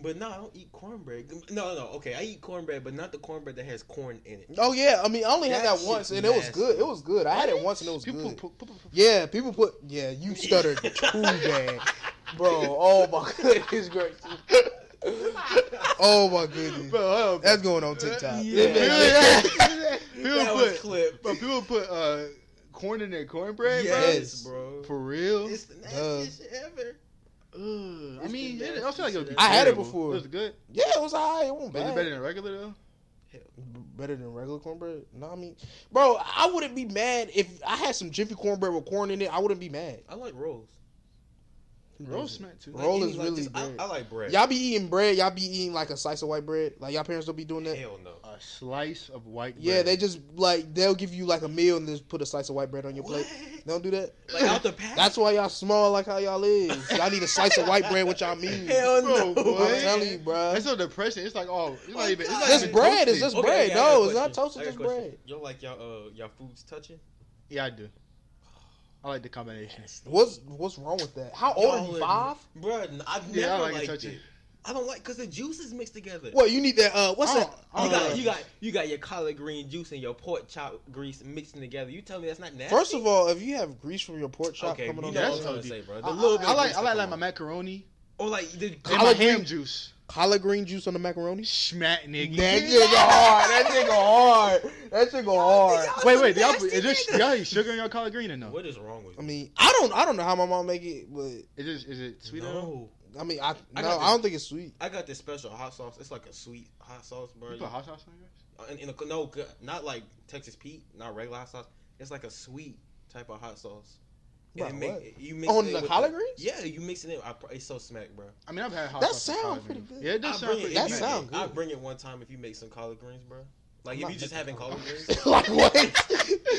S2: but no, I don't eat cornbread. No, no, okay, I eat cornbread, but not the cornbread that has corn in it.
S3: oh yeah, I mean, I only had
S2: That
S3: that once,
S2: shit's
S3: and it was
S2: nasty.
S3: good. It was good. I had it once, and it was
S1: People
S3: good.
S1: put- put- put- put-
S3: yeah, people put. Yeah,
S1: <laughs>
S3: you stuttered too bad, bro. Oh my <laughs> goodness gracious.
S2: <laughs>
S3: oh my goodness.
S1: Bro, hold on,
S3: That's going on TikTok.
S2: Yeah.
S1: <laughs>
S3: <laughs>
S1: People
S2: that was
S1: put,
S2: clip.
S1: bro, people put uh, corn in their cornbread,
S3: Yes.
S2: bro.
S1: bro. For real?
S2: It's the nastiest shit ever.
S1: Ugh, I
S2: It's
S1: mean,
S2: the
S1: it, I
S2: best
S1: feel like
S2: shit
S1: it would be
S2: ever.
S3: I had it
S1: terrible.
S3: before.
S1: It was good.
S3: Yeah, it was alright. It wasn't
S1: Was it
S3: bad.
S1: better than regular though?
S3: Better than regular cornbread? No, I mean, bro, I wouldn't be mad if I had some Jiffy cornbread with corn in it. I wouldn't be mad.
S2: I like rolls.
S1: Roll smack too.
S3: Roll
S2: Any,
S3: is
S2: like,
S3: really
S2: just- I,
S3: good.
S2: I like bread.
S3: Y'all be eating bread. Y'all be eating like a slice of white bread. Like y'all parents don't be doing that.
S2: Hell no.
S1: A slice of white.
S3: Yeah,
S1: bread.
S3: they just like they'll give you like a meal and just put a slice of white bread on your plate.
S2: What?
S3: They Don't do that.
S2: Like out the pack.
S3: That's why y'all small like how y'all is. Y'all need a slice of white bread with y'all meal.
S2: <laughs> Hell no.
S1: Bro,
S3: I'm
S1: what?
S3: telling you, bro.
S1: That's so depressing. It's like oh, it's
S2: Oh,
S1: not even. It's not
S2: God.
S3: This
S1: even
S3: bread is
S1: toasted.
S3: just
S2: Okay,
S3: bread.
S2: okay, I got
S3: no,
S2: a
S3: it's not
S2: question.
S3: toasted.
S2: I got a
S3: Just
S2: question.
S3: bread.
S2: Y'all like y'all uh y'all foods touching?
S1: Yeah, I do. I like the combination.
S3: What's what's wrong with that? How old are you? Five?
S2: Bro, I've never
S1: Yeah, I like it
S2: liked
S1: touching.
S2: it. I don't like because the juice is mixed together.
S3: What you need that? Uh, what's
S1: I don't-
S3: that?
S1: I
S2: You
S1: don't
S2: got
S1: like
S2: you got you got your collard green juice and your pork chop grease mixing together. You tell me that's not nasty.
S3: First of all, if you have grease from your pork chop
S2: okay, you
S3: coming
S2: know
S3: on,
S2: what
S1: that's
S3: that's
S2: I'm trying to
S1: OD.
S2: say, bro. The
S1: I,
S2: little bit
S1: I
S2: of
S1: like
S2: grease
S1: I
S2: that
S1: like
S2: come
S1: like my
S2: on.
S1: macaroni
S2: or like the
S1: and
S3: Collard
S1: my
S3: green-
S1: ham juice.
S3: collard green juice on the macaroni.
S1: Schmat nigga. <laughs>
S3: That shit go hard. That shit go hard. That shit go hard.
S1: Wait, wait. Y'all, is this, y'all eat sugar in your collard green or no?
S2: What is wrong with
S3: I
S2: you?
S3: mean, I don't, I don't know how my mom make it, but
S1: Is it is it sweet at all?
S2: no,
S3: I mean, I,
S2: I got
S3: no, I,
S2: this-
S3: don't think it's sweet. <laughs>
S2: I got this special hot sauce. It's like a sweet hot sauce, bro.
S1: You put hot sauce on yours?
S2: in, in a, no, good- not like Texas Pete, not regular hot sauce. It's like a sweet type of hot sauce.
S3: Bro,
S2: And
S3: what?
S2: you mix
S3: On
S2: it
S3: the
S2: with
S3: collard greens?
S2: Yeah, you mix it in. I, pro- it's so smack, bro.
S1: I mean, I've had hot
S3: That
S1: sauce. with
S3: sound
S1: collard
S3: pretty
S1: greens.
S3: good.
S1: Yeah, it
S2: I
S1: does sound
S2: bring it.
S1: pretty.
S3: That
S1: <laughs>
S2: if you-
S1: good.
S3: sound
S2: I
S3: good.
S2: bring it one time if you make some collard greens, bro. Like
S3: I'm
S2: if
S3: not
S2: you just
S3: making
S2: having
S3: collard
S2: collard greens.
S3: like what? <laughs>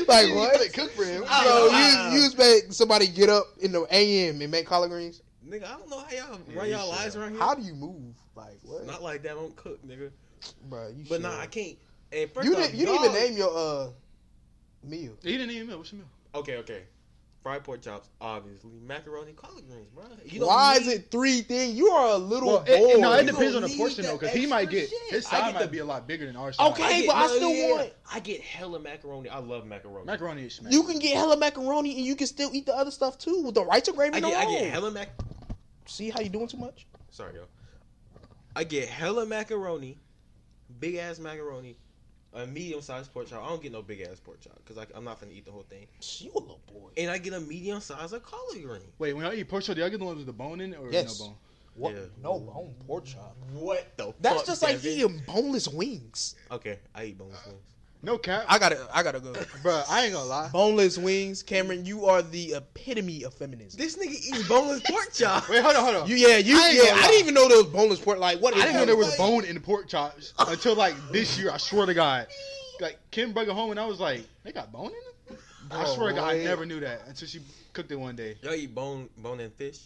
S3: like what?
S1: Cook for him.
S2: I
S3: Bro,
S2: don't know.
S3: you, you just make somebody get up in the a.m. and make collard greens?
S2: Nigga, I don't know how y'all
S1: Yeah,
S2: run
S1: you
S2: y'all
S1: should.
S2: lives around here.
S3: How do you move? Like what?
S2: Not like that. I don't cook, nigga.
S3: Bro, you
S2: But
S3: sure?
S2: nah, I can't. And first
S3: You
S2: off,
S3: didn't, you didn't even
S2: y'all-
S3: name your uh meal.
S1: You didn't even know. What's your meal?
S2: Okay, okay. Fried pork chops, obviously. Macaroni, collard greens, bro. You don't
S3: Why
S2: need-
S3: is it three things? You are a little
S1: Well,
S3: boy.
S1: it, no, it
S2: You
S1: depends
S2: don't
S1: on the
S2: need
S1: portion
S2: that
S1: though, because he might
S2: extra
S1: get
S2: shit.
S1: his
S2: I
S1: side
S2: get
S1: might
S2: the-
S1: be a lot bigger than our side.
S3: Okay. but I still want-
S2: I get hella macaroni. I love macaroni.
S1: macaroni is smack.
S3: You can get hella macaroni and you can still eat the other stuff too with the rice and gravy.
S2: I get,
S3: alone.
S2: I get hella mac.
S3: See how you doing too much?
S2: Sorry, yo. I get hella macaroni, big ass macaroni, a medium sized pork chop. I don't get no big ass pork chop because I'm not finna eat the whole thing.
S3: You a little boy.
S2: And I get a medium size of collard green.
S1: Wait, when I eat pork chop, do I get the ones with the bone in it or
S3: Yes.
S1: no bone?
S3: What?
S2: Yeah.
S3: No bone pork chop.
S2: What the?
S3: That's
S2: fuck,
S3: just like
S2: Devin?
S3: eating boneless wings.
S2: Okay, I eat boneless wings.
S1: No cap,
S3: I gotta, I gotta go. <laughs>
S1: bro. I ain't gonna lie.
S3: boneless wings, Cameron. You are the epitome of feminism.
S2: This nigga eating boneless pork <laughs> chop.
S1: Wait, hold on, hold on.
S3: You, yeah, you,
S1: I ain't
S3: yeah. I
S1: gonna lie.
S3: didn't even know there was boneless pork. Like, what?
S1: I didn't know
S3: hell
S1: there was
S3: is-
S1: bone in the pork chops until like this year. I swear to God, like Kim brought it home and I was like, they got bone in it. I
S3: Bro,
S1: swear to God, I
S3: what?
S1: never knew that until she cooked it one day.
S2: Y'all eat bone, bone and fish?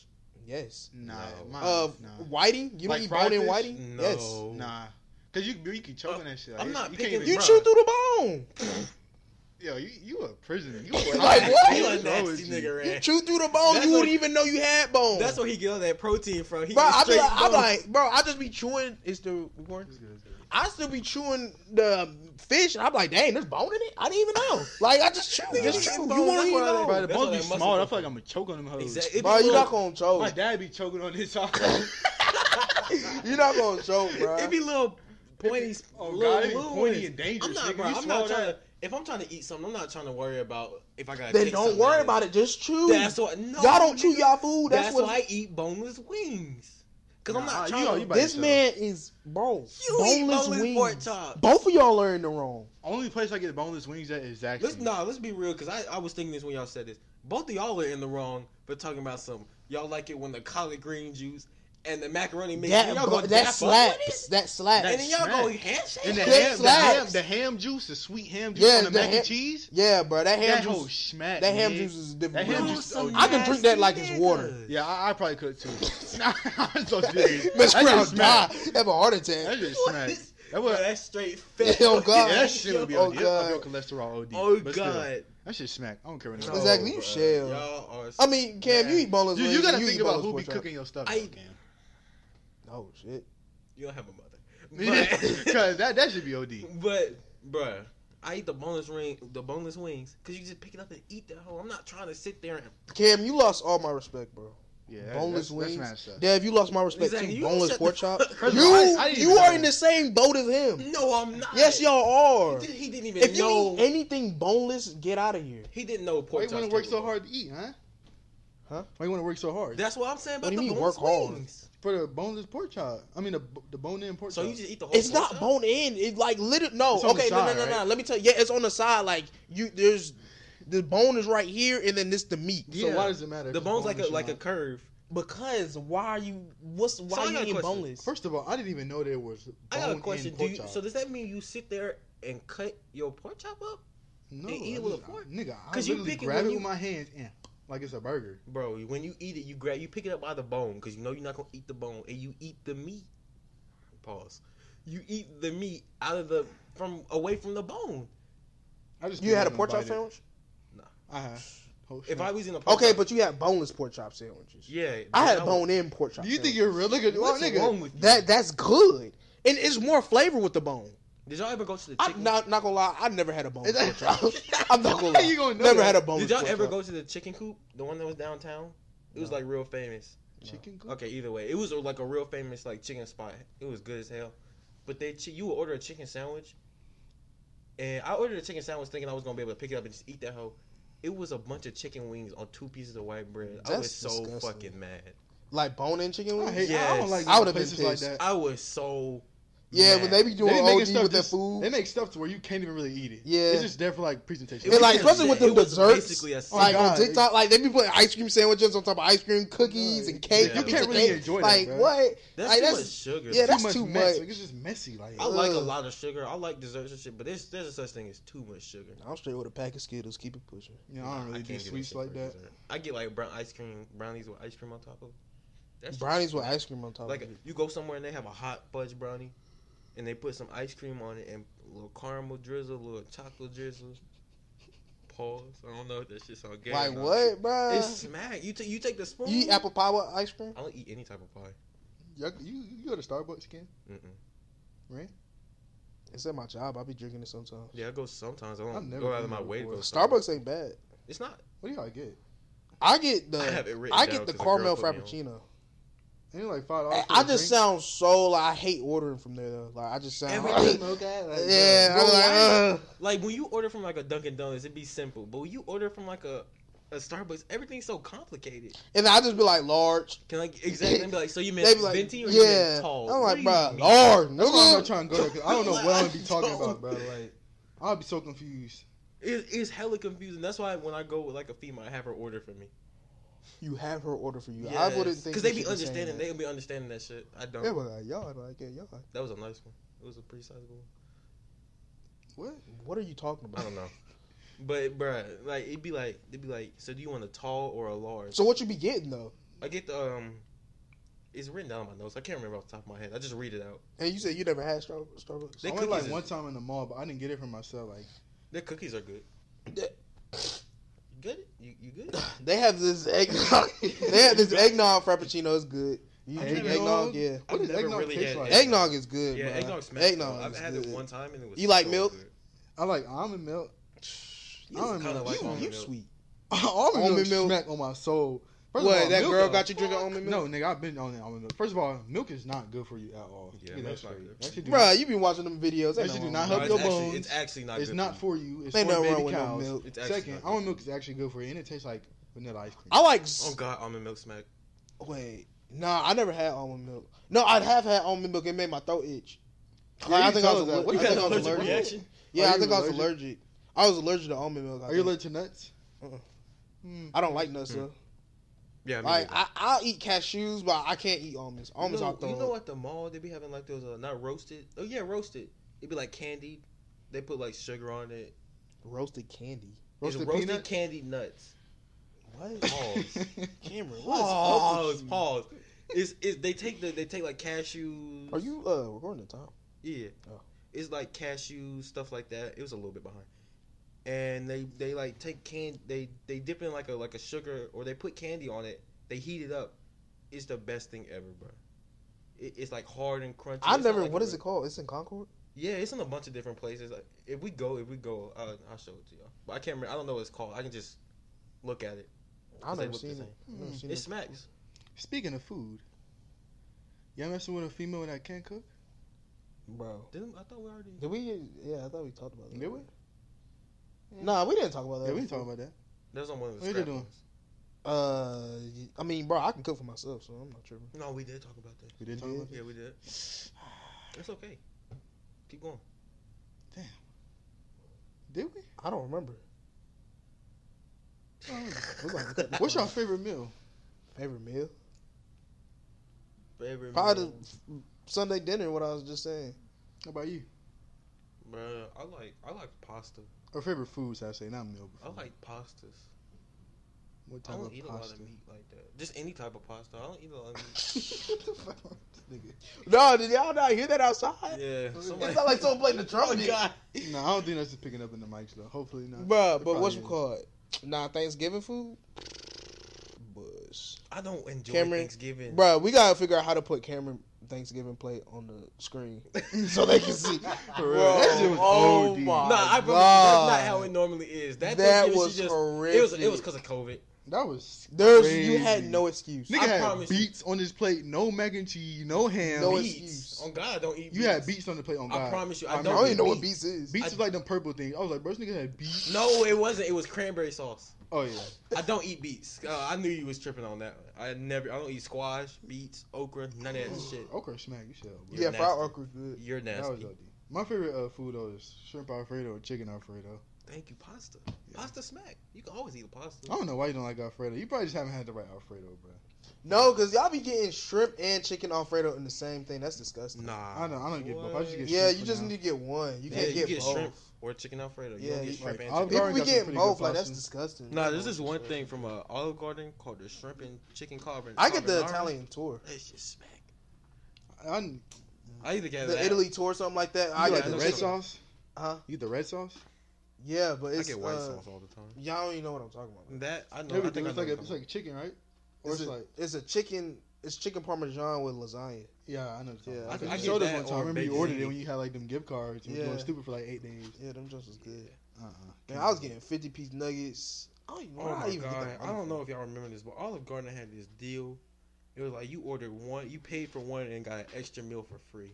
S3: Yes.
S1: Nah,
S2: No.
S1: my,
S3: Uh,
S1: nah,
S3: whiting. You don't
S1: Like
S3: eat
S1: fried
S3: bone in
S1: fish?
S3: whiting.
S2: No.
S3: Yes.
S1: nah. Cause you you keep choking
S2: I'm-
S1: that shit.
S2: Uh, I'm
S1: It's-
S2: not
S1: you
S2: picking-
S1: even-
S3: You
S2: Bruh.
S3: chew through the bone.
S1: Yo, you, you a prisoner.
S2: <laughs>
S1: You
S3: Like,
S1: a
S3: what?
S2: You a
S1: What's wrong
S2: nasty
S1: with you?
S2: nigga,
S3: You
S2: Rand.
S3: chew through the bone,
S2: That's
S3: you
S2: what-
S3: wouldn't even know you had bone.
S2: That's where he get all that protein from. He
S3: bro,
S2: eat
S3: I be
S2: straight
S3: like, I be
S2: bone.
S3: like, bro, I just be chewing. Is the recording?
S1: It's good, it's good.
S3: I still be chewing the fish, and I'm like, dang, there's bone in it. I didn't even know. Like, I just chew, just chew. You
S2: Bone, that's
S3: won't even
S2: why
S3: know.
S1: Bro, the
S2: That's
S1: bones
S2: what
S1: be
S2: that muscle
S1: small. I
S2: goes
S1: feel like
S2: for.
S1: I'm gonna choke on them hoes.
S2: Exactly.
S3: Bro, you
S2: Look,
S3: not gonna
S1: My
S3: <laughs> choke.
S1: dad be choking on his off.
S2: <laughs>
S3: You're not gonna choke, bro.
S2: It be little pointy,
S1: Oh,
S2: little,
S1: God, it be
S2: little
S1: pointy
S2: ones.
S1: and dangerous,
S2: I'm not,
S1: nigga.
S2: bro,
S1: You
S2: I'm
S1: swallow
S2: not trying to.
S1: that.
S2: If I'm trying to eat something, I'm not trying to worry about if I got.
S3: Then don't worry about it. Just chew.
S2: That's why. No,
S3: Y'all don't
S2: nigga.
S3: chew y'all food.
S2: That's,
S3: That's, what.
S2: why I eat boneless wings. Cause I'm
S1: Nah,
S2: not
S1: you
S2: trying.
S1: all-
S2: to,
S1: you by
S3: this
S1: yourself.
S3: man is bro.
S2: You eat
S3: boneless
S2: boneless
S3: wings.
S2: pork chops.
S3: Both of y'all are in the wrong.
S1: Only place I get boneless wings at is Zaxby's.
S2: Let's nah, let's be real, cause I, I was thinking this when y'all said this. Both of y'all are in the wrong for talking about something. Y'all like it when the collard green juice and the macaroni mix.
S3: That,
S2: and y'all
S3: bro,
S2: go
S3: that
S2: dap up with
S3: slaps.
S2: it,
S3: That slaps.
S2: and then y'all go
S1: smack.
S2: handshake.
S1: And the
S3: That
S1: ham, the
S3: slaps.
S1: ham, the ham juice, the sweet ham juice
S3: Yeah,
S1: on the,
S3: the
S1: mac
S3: ham-
S1: and cheese.
S3: yeah, bro. That ham
S1: that
S3: juice.
S1: whole schmack.
S3: that ham
S1: nigga.
S3: juice is different.
S1: That ham
S3: bro.
S1: juice- oh,
S3: I can drink that like it's water.
S1: <laughs> Yeah, I, I probably could too. <laughs> Nah, I'm so serious.
S3: Miss
S1: That
S3: Brown
S1: just
S3: die.
S1: smack.
S3: Have a heart
S1: That
S3: attack.
S1: just smack. <laughs>
S2: What?
S1: That
S2: Bro,
S1: was.
S2: that's
S3: <laughs>
S2: straight fat.
S3: Oh, God.
S1: Yeah, that shit would be
S3: Oh,
S1: OD. That's my real
S3: God.
S1: cholesterol OD.
S2: Oh
S1: but still,
S2: god.
S1: that shit smack. I don't care what
S3: No.
S1: no.
S3: Exactly, you
S2: bruh.
S3: shell.
S2: Y'all are.
S3: I mean, Cam,
S2: Man.
S3: you eat boneless
S1: You,
S3: wings.
S1: you gotta
S3: eat
S1: think
S3: boneless
S1: about who be
S3: pork chops.
S1: cooking your stuff.
S2: I-
S1: <laughs>
S3: Oh shit.
S2: you don't have a
S1: <laughs>
S2: mother. But,
S1: Because that that should be OD.
S2: But, bruh, I eat the boneless ring, the boneless wings, cause you just pick it up and eat that whole. I'm not trying to sit there and
S3: Cam, you lost all my respect, bro.
S1: Yeah, that,
S3: boneless
S1: that's,
S3: wings.
S1: That's messed up.
S3: Dev, you lost my respect
S2: Exactly,
S3: too.
S2: you
S3: Boneless
S2: shut
S3: pork
S2: the
S3: chop.
S2: fuck
S3: You,
S1: up. I- I didn't
S3: you
S1: even
S3: are
S1: know.
S3: in the same boat as him.
S2: No, I'm not.
S3: Yes, y'all are.
S2: He, did, not even
S3: If you
S2: know.
S3: eat anything boneless, get out of here.
S2: he didn't know
S1: Why
S2: pork
S1: you
S2: chops.
S1: want to work
S2: came
S1: so
S2: with
S1: hard to eat, huh?
S3: Huh?
S1: Why you want to work so
S2: it.
S1: hard
S2: That's what I'm saying about
S3: What do you
S2: the
S3: mean
S2: boneless
S3: work hard?
S2: wings.
S1: for the boneless pork chop? I mean the the bone in pork
S2: So
S1: chop.
S2: you just eat the whole.
S3: It's
S2: pork
S3: not
S2: chop?
S3: bone in. It like literally no.
S1: It's on the
S3: okay, no,
S1: side,
S3: no, no, no.
S1: right?
S3: Let me tell you. Yeah, it's on the side. Like you, there's the bone is right here, and then this the meat.
S1: so
S2: yeah.
S1: why does it matter? if
S2: The
S1: it's
S2: bone's like a
S1: boneless or
S2: like a
S1: not?
S2: curve.
S3: Because why are you? What's why
S2: So I
S3: you
S2: got a
S3: eating
S2: question.
S3: boneless?
S1: First of all, I didn't even know there was. Bone
S2: I got a question.
S1: In
S2: Do
S1: pork
S2: you,
S1: chop.
S2: so does that mean you sit there and cut your pork chop up,
S1: no,
S2: and eat
S1: I
S2: it with a
S1: just-
S2: fork?
S1: Nigga, I
S2: 'Cause you
S1: literally
S2: pick it
S1: grab
S2: when
S1: it
S2: you-
S1: with my hands and like it's a burger.
S2: bro? When you eat it, you grab you pick it up by the bone because you know you're not gonna eat the bone, and you eat the meat. Pause. You eat the meat out of the from away from the bone.
S1: I just
S3: You
S1: pick
S3: had a
S1: it up and
S3: pork chop
S1: bite it.
S3: sandwich.
S1: I had. Oh,
S2: If
S1: shit.
S2: I was in a pork
S3: Okay,
S2: chop-
S3: but you had boneless pork chop sandwiches.
S2: yeah,
S3: I had
S2: that would-
S3: bone in pork chop.
S1: do you
S3: sandwiches.
S1: think you're real? Look at well,
S2: What's
S1: nigga.
S2: wrong with you?
S3: that that's good, and it's more flavor with the bone.
S2: Did y'all ever go to the
S3: I'm
S2: chicken?
S3: not not gonna lie. I never had a bone. <laughs>
S1: Is that-
S3: pork chop. I'm not gonna
S1: How
S3: lie.
S1: you gonna know
S3: never
S1: that?
S3: had a bone.
S2: Did y'all ever go to the chicken coop? The one that was downtown? It was
S3: No.
S2: like real famous.
S1: Chicken cook.
S2: Okay, either way, it was like a real famous like chicken spot. It was good as hell. But they chi- you would order a chicken sandwich, and I ordered a chicken sandwich thinking I was gonna be able to pick it up and just eat that hoe. It was a bunch of chicken wings on two pieces of white bread. I
S3: That's
S2: was so
S3: disgusting.
S2: fucking mad.
S3: like bone in chicken
S1: I
S3: wings?
S1: hate. I don't
S2: Yes.
S1: like
S3: I would've been
S1: places like
S3: pissed.
S1: that.
S2: I was so
S3: Yeah,
S2: mad.
S3: when they be
S1: They
S3: doing
S1: be
S3: OD
S1: making
S3: with
S1: stuff
S3: their
S1: just-
S3: food.
S1: They make stuff to where you can't even really eat it.
S3: Yeah.
S1: it's just there for like presentation.
S2: It
S3: and
S2: was
S3: like,
S2: just
S3: especially
S2: a-
S3: with them
S2: it was
S3: desserts,
S2: basically a
S3: like
S1: Oh,
S3: on
S1: God.
S3: TikTok, like they be putting ice cream sandwiches on top of ice cream cookies
S1: No,
S3: and cake.
S2: yeah. You
S1: can't
S3: cookies and
S1: really
S3: cake.
S1: enjoy that,
S3: Like
S1: bro.
S3: what?
S2: that's
S3: like,
S2: too
S3: that's-
S2: much sugar.
S3: yeah,
S2: Yeah,
S3: that's too
S1: mess.
S3: much.
S1: Like, it's just messy. Like
S2: I like a
S3: Ugh.
S2: lot of sugar. I like desserts and shit, but there's there's such thing as too much sugar.
S3: I'm straight with a pack of Skittles. Keep it pushing.
S1: you know, I don't really
S2: can't
S1: do
S2: get that
S1: sweets
S2: shit
S1: like
S2: for
S1: that.
S2: dessert. I get like brown ice cream brownies with ice cream on top of. That's
S3: Brownies with ice cream on top.
S2: like
S3: of it.
S2: you go somewhere and they have a hot fudge brownie, and they put some ice cream on it and a little caramel drizzle, a little chocolate drizzle. Pause. I don't know if that shit sound good. or
S3: like
S2: not.
S3: what, bro?
S2: It's smack. You take you take the spoon.
S3: you eat apple pie with ice cream?
S2: I don't eat any type of pie.
S1: You, you you go to Starbucks again?
S2: Mm-mm.
S3: It's at my job. I be drinking it sometimes.
S2: Yeah, I go sometimes. I don't
S1: I've never
S2: go out
S1: been
S2: of my
S1: there
S2: way to go.
S1: before.
S2: somewhere.
S3: Starbucks ain't bad.
S2: It's not.
S1: What do y'all get?
S3: I get
S2: I have
S3: the
S2: it written
S3: Uh, I,
S2: down
S3: get the
S2: 'cause a girl
S3: caramel
S2: put me on.
S3: frappuccino.
S1: Ain't it like five dollars.
S3: I,
S1: Oh, for
S3: I
S1: a drink?
S3: just sound so like I hate ordering from there though. Like I just sound
S2: Everything-
S1: Oh
S3: yeah.
S2: Bro,
S3: I'm like, uh.
S2: why-
S3: ugh.
S2: Like when you order from like a Dunkin' Donuts, it'd be simple. But when you order from like a a Starbucks, everything's so complicated.
S3: and I just be like large.
S2: Can like exactly and be like, so
S3: <laughs>
S2: you meant
S3: They be like,
S2: venti or you
S3: yeah.
S2: meant tall?
S3: I'm
S2: What
S3: like,
S2: do you
S3: bro,
S2: mean?
S3: large.
S1: That's why I'm not
S3: nigga.
S1: trying to go there 'cause I don't know what I'm be talking
S2: Don't.
S1: about, bro. Like, I'll be so confused.
S2: It, it's hella confusing. That's why when I go with like a female, I have her order for me.
S3: You have her order for you. I wouldn't think
S2: because
S3: you
S2: they be
S3: should saying
S2: understanding.
S3: that.
S2: They be understanding that shit. I don't.
S3: They were like, y'all, like, yeah, y'all.
S2: that was a nice one. It was a pretty sizable one.
S1: What?
S3: What are you talking
S2: I
S3: about?
S2: don't know. <laughs> But bruh, like it'd be like it'd be like, so do you want a tall or a large?
S3: So what you be getting though?
S2: I get the um, it's written down in my notes. I can't remember off the top of my head. I just read it out.
S3: And you said you never had Star- Starbucks.
S2: They
S1: I went like
S2: cookies
S1: one
S2: is-
S1: time in the mall, but I didn't get it for myself. Like,
S2: Their cookies are good. You good? You, you good?
S3: They have this
S1: <laughs>
S3: eggnog. they have this eggnog frappuccino. It's good. You drink eggnog,
S1: Eggnog?
S3: yeah.
S1: What
S2: I've
S1: does
S2: never
S1: eggnog
S2: really
S1: taste
S2: had
S1: like?
S2: egg-
S3: Eggnog is good.
S2: Yeah,
S3: Yeah,
S2: eggnog smells.
S3: Eggnog.
S2: I've
S3: is
S2: had
S3: good.
S2: it one time and it was.
S3: You like
S2: so
S3: milk?
S2: good.
S1: I like almond milk.
S3: You,
S1: Almond
S2: kinda
S1: milk.
S2: like
S3: you,
S2: almond
S3: you
S2: milk.
S3: sweet.
S1: <laughs> almond,
S3: Almond
S1: milk,
S3: milk.
S1: smack on my soul. First of
S3: What?
S1: all,
S3: That
S1: milk-
S3: girl got you drinking almond
S1: No,
S3: milk?
S1: nigga, I've been on the almond milk. First of all, milk is not good for you at all.
S2: Yeah,
S1: Get that
S2: milk's not
S1: straight.
S2: good for
S1: That shit
S2: you.
S1: do not-
S3: Bruh, you been watching them videos.
S1: That
S3: Ain't
S1: shit
S3: no
S1: do not
S3: wrong
S1: help
S2: it's
S1: your
S3: with that.
S2: actually,
S1: bones.
S2: It's actually not.
S1: It's
S2: good
S1: not
S2: you.
S1: for you. It's
S3: Ain't
S1: for
S3: nothing
S1: baby
S3: wrong with no
S1: cows.
S3: milk.
S2: It's actually
S1: Second,
S2: not good
S1: almond
S2: for
S1: milk is actually good for you, and it tastes like vanilla ice cream.
S3: I like.
S2: Oh God, almond milk smack.
S3: Wait, nah, I never had almond milk. No, I have had almond milk. It made my throat itch.
S1: Yeah,
S3: Like, I
S1: you
S3: think I
S1: told
S3: was.
S1: us that.
S3: alle- I
S1: What you
S2: got
S3: think
S2: an
S3: I was
S2: allergic
S3: allergic.
S2: reaction?
S1: Are
S3: Yeah, I
S1: you
S3: think I was
S1: allergic?
S3: allergic. I was allergic to almond milk. I,
S1: Are you
S3: think.
S1: allergic to nuts?
S3: Uh-uh.
S1: Hmm.
S3: I don't like nuts, though.
S2: Mm, Yeah, me
S3: Like
S2: neither.
S3: I, I'll eat cashews, but I can't eat almonds. Almonds,
S2: you
S3: I'll
S2: know,
S3: throw.
S2: you
S3: up.
S2: know at the mall they be having like those uh, not roasted. Oh yeah, roasted. It'd be like candy. They put like sugar on it.
S3: Roasted candy.
S2: Roasted,
S1: Roasted
S2: it's roasted
S1: peanut?
S2: candy
S3: <laughs>
S2: nuts.
S3: What?
S2: Pause.
S1: <laughs>
S3: Cameron, what is up with
S2: pause.
S3: you?
S2: Pause. It's, it's they take the they take like cashews.
S3: Are you uh recording the time?
S2: Yeah.
S3: Oh.
S2: It's like cashews, stuff like that. It was a little bit behind. And they they like take can they they dip in like a like a sugar or they put candy on it. They heat it up. It's the best thing ever, bro. It, it's like hard and crunchy.
S3: I
S2: It's not
S3: never.
S2: like
S3: what
S2: a
S3: is
S2: re-
S3: it called? It's in Concord.
S2: Yeah, it's in a bunch of different places. Like, If we go, if we go, I'll, I'll show it to y'all. But I can't remember. I don't know what it's called. I can just look at it.
S3: I
S2: They
S3: never
S2: look the
S3: seen it.
S2: same.
S3: I never
S1: Mm.
S3: seen
S2: It
S3: it.
S2: smacks.
S1: Speaking of food, y'all messing with a female that can't cook?
S3: bro.
S2: Didn't I thought we already?
S3: Did we? Yeah, I thought we talked about that.
S1: Did we?
S3: Nah, we didn't talk about that.
S1: Yeah, we ain't talking about that.
S2: That was on one of the.
S1: What you
S2: scrap
S1: doing?
S2: ones.
S3: Uh, I mean, bro, I can cook for myself, so I'm not tripping.
S2: No, we did talk about that.
S1: We didn't talk about
S2: Yeah, we did. That's okay. Keep going.
S1: that. Did we?
S3: I don't remember.
S1: I don't remember.
S3: It was like a couple
S1: What's
S3: <laughs>
S1: your
S3: times.
S1: favorite meal?
S3: favorite meal?
S2: Favorite
S3: Probably
S2: meal?
S3: the Sunday dinner. What I was just <laughs> saying.
S1: How about you?
S2: Bruh, I like I like pasta.
S1: Or favorite foods, I say, not meal.
S2: I
S3: Mm.
S1: but food.
S2: like pastas.
S1: what
S2: I
S1: type
S2: don't
S1: of
S2: eat a lot
S1: pasta?
S2: of
S1: <laughs>
S2: meat like that. Just any type of pasta. I don't eat a lot of
S3: <laughs>
S2: meat.
S3: No, did y'all not hear that outside?
S2: yeah.
S3: It's not like someone playing the
S2: Oh,
S3: trumpet.
S1: no, I don't think that's just picking up in the mics though. Hopefully not.
S3: Bruh,
S1: It
S3: but what's
S1: probably
S3: you
S1: <laughs>
S3: call it? Nah, Thanksgiving food? Bush.
S2: I don't enjoy
S3: Cameron,
S2: Thanksgiving.
S3: Bruh, we gotta figure out how to put Cameron Thanksgiving plate on the screen so they can
S1: <laughs>
S3: see.
S1: For real.
S3: Bro,
S1: That shit was
S3: oh
S1: OD.
S3: my
S2: Nah, I remember,
S3: God.
S2: that's not how it normally is. That,
S3: That,
S2: Thanksgiving
S3: was
S2: shit just
S3: horrific.
S2: it was it was because of COVID.
S1: That was
S3: There's you
S1: crazy.
S3: had no excuse.
S1: Nigga
S2: I
S1: had
S2: promise you.
S1: beets on his plate, no mac and cheese, no ham.
S3: No
S1: beets.
S3: excuse.
S2: Beets. On God, I don't eat.
S1: You had
S2: beets.
S1: beets on the plate. On
S2: I
S1: God,
S2: promise you, I
S1: I'm
S3: I
S2: don't
S1: not-
S3: don't even know what
S2: beets.
S3: beats is.
S1: Beets
S2: I-
S1: is like them purple things. I was like, bro, this nigga had beets.
S2: No, it wasn't. It was cranberry sauce.
S1: Oh yeah.
S2: I don't eat beets. Uh, I knew you was tripping on that. one. I never. I don't eat squash, beets, okra, none
S3: Oh.
S2: of that shit.
S1: Okra smack you shit up, bro.
S3: yeah,
S2: nasty.
S3: fried okra good.
S2: You're
S1: That was
S2: nasty.
S1: OD. My favorite uh, food though is shrimp alfredo or chicken alfredo.
S2: Thank you, pasta. Pasta smack. You can always eat a pasta.
S1: I
S3: Oh,
S1: don't know why you don't like alfredo. You probably just haven't had the right alfredo, bro.
S3: No, cause y'all be getting shrimp and chicken alfredo in the same thing. That's disgusting.
S2: Nah.
S1: I don't. I don't get both. I just get
S3: Yeah,
S1: shrimp
S3: you
S1: for
S3: just
S1: now.
S3: need to get one. You
S2: You
S3: can't
S2: can't
S3: get,
S2: get
S3: both.
S2: shrimp or chicken alfredo. You
S3: Yeah,
S2: don't get
S3: you-
S2: shrimp
S1: like,
S2: and
S1: Olive
S2: chicken.
S3: People
S1: Garden
S3: be
S1: got some
S3: getting
S1: pretty good
S3: both. Like that's
S1: sauces.
S3: disgusting.
S2: Nah, this is one thing from uh, Olive Garden called the shrimp and chicken carbon.
S3: I get the
S2: carbonara.
S3: Italian tour.
S2: That shit smack.
S1: I, you
S2: I either get
S3: the
S2: that.
S3: Italy tour, something like that. I
S1: get, like
S3: get
S1: the
S2: no
S1: red
S2: chicken.
S1: sauce.
S3: Huh?
S1: You get the red sauce.
S3: Yeah, but
S2: I
S3: it's
S2: get white
S3: uh,
S2: sauce all the time.
S3: Y'all don't even know what I'm talking about.
S2: That I know.
S1: Maybe
S2: I think I
S1: it's
S2: know
S1: like a,
S2: what
S1: it's like chicken, right? Or it's,
S3: it's, a,
S1: like
S3: it's a chicken. It's chicken parmesan with lasagna.
S1: yeah, I know. what you're
S3: Yeah, I
S1: talking about.
S3: can-
S1: you
S3: I
S1: showed
S2: get
S1: us
S2: that
S1: one time. I
S2: or
S1: remember you
S2: baked
S1: ordered it
S2: ziti.
S1: when you had like them gift cards. You were
S3: Yeah.
S1: going stupid for like eight days.
S3: Yeah, them just was good.
S1: Uh-uh.
S3: Man, I was getting 50 piece nuggets. I don't even know
S2: Oh
S3: where I
S2: my
S3: even get
S2: god!
S3: that.
S2: I don't know if y'all remember this, but Olive Garden had this deal. It was like you ordered one, you paid for one, and got an extra meal for free.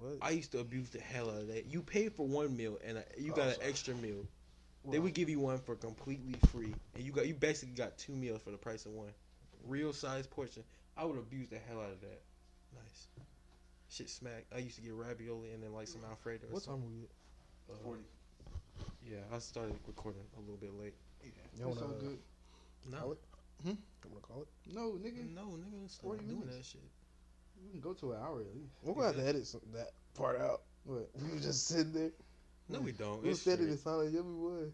S3: What?
S2: I used to abuse the hell out of that. You paid for one meal, and uh, you
S3: Oh,
S2: got an
S3: sorry.
S2: extra meal. They
S3: Well,
S2: would give you one for completely free, and you got you basically got two meals for the price of one, real size portion. I would abuse the hell out of that. Nice, shit smack. I used to get ravioli and then like some alfredo. or
S3: What time we at?
S2: something. Yeah, I started recording a little bit late.
S3: You
S1: That's
S3: wanna,
S1: so
S3: uh,
S1: good.
S2: No,
S3: Alec?
S1: Hmm?
S3: I'm gonna call it.
S1: No, nigga,
S2: no, nigga, stop
S1: 40
S2: doing
S1: minutes.
S2: that shit.
S1: you can go to an hour at least.
S3: We're gonna have to edit some, that part out.
S1: What?
S3: We were just sitting there.
S2: No, we don't.
S3: We were
S2: Oh, It's
S3: standing
S2: straight.
S3: and sounded yeah, we would.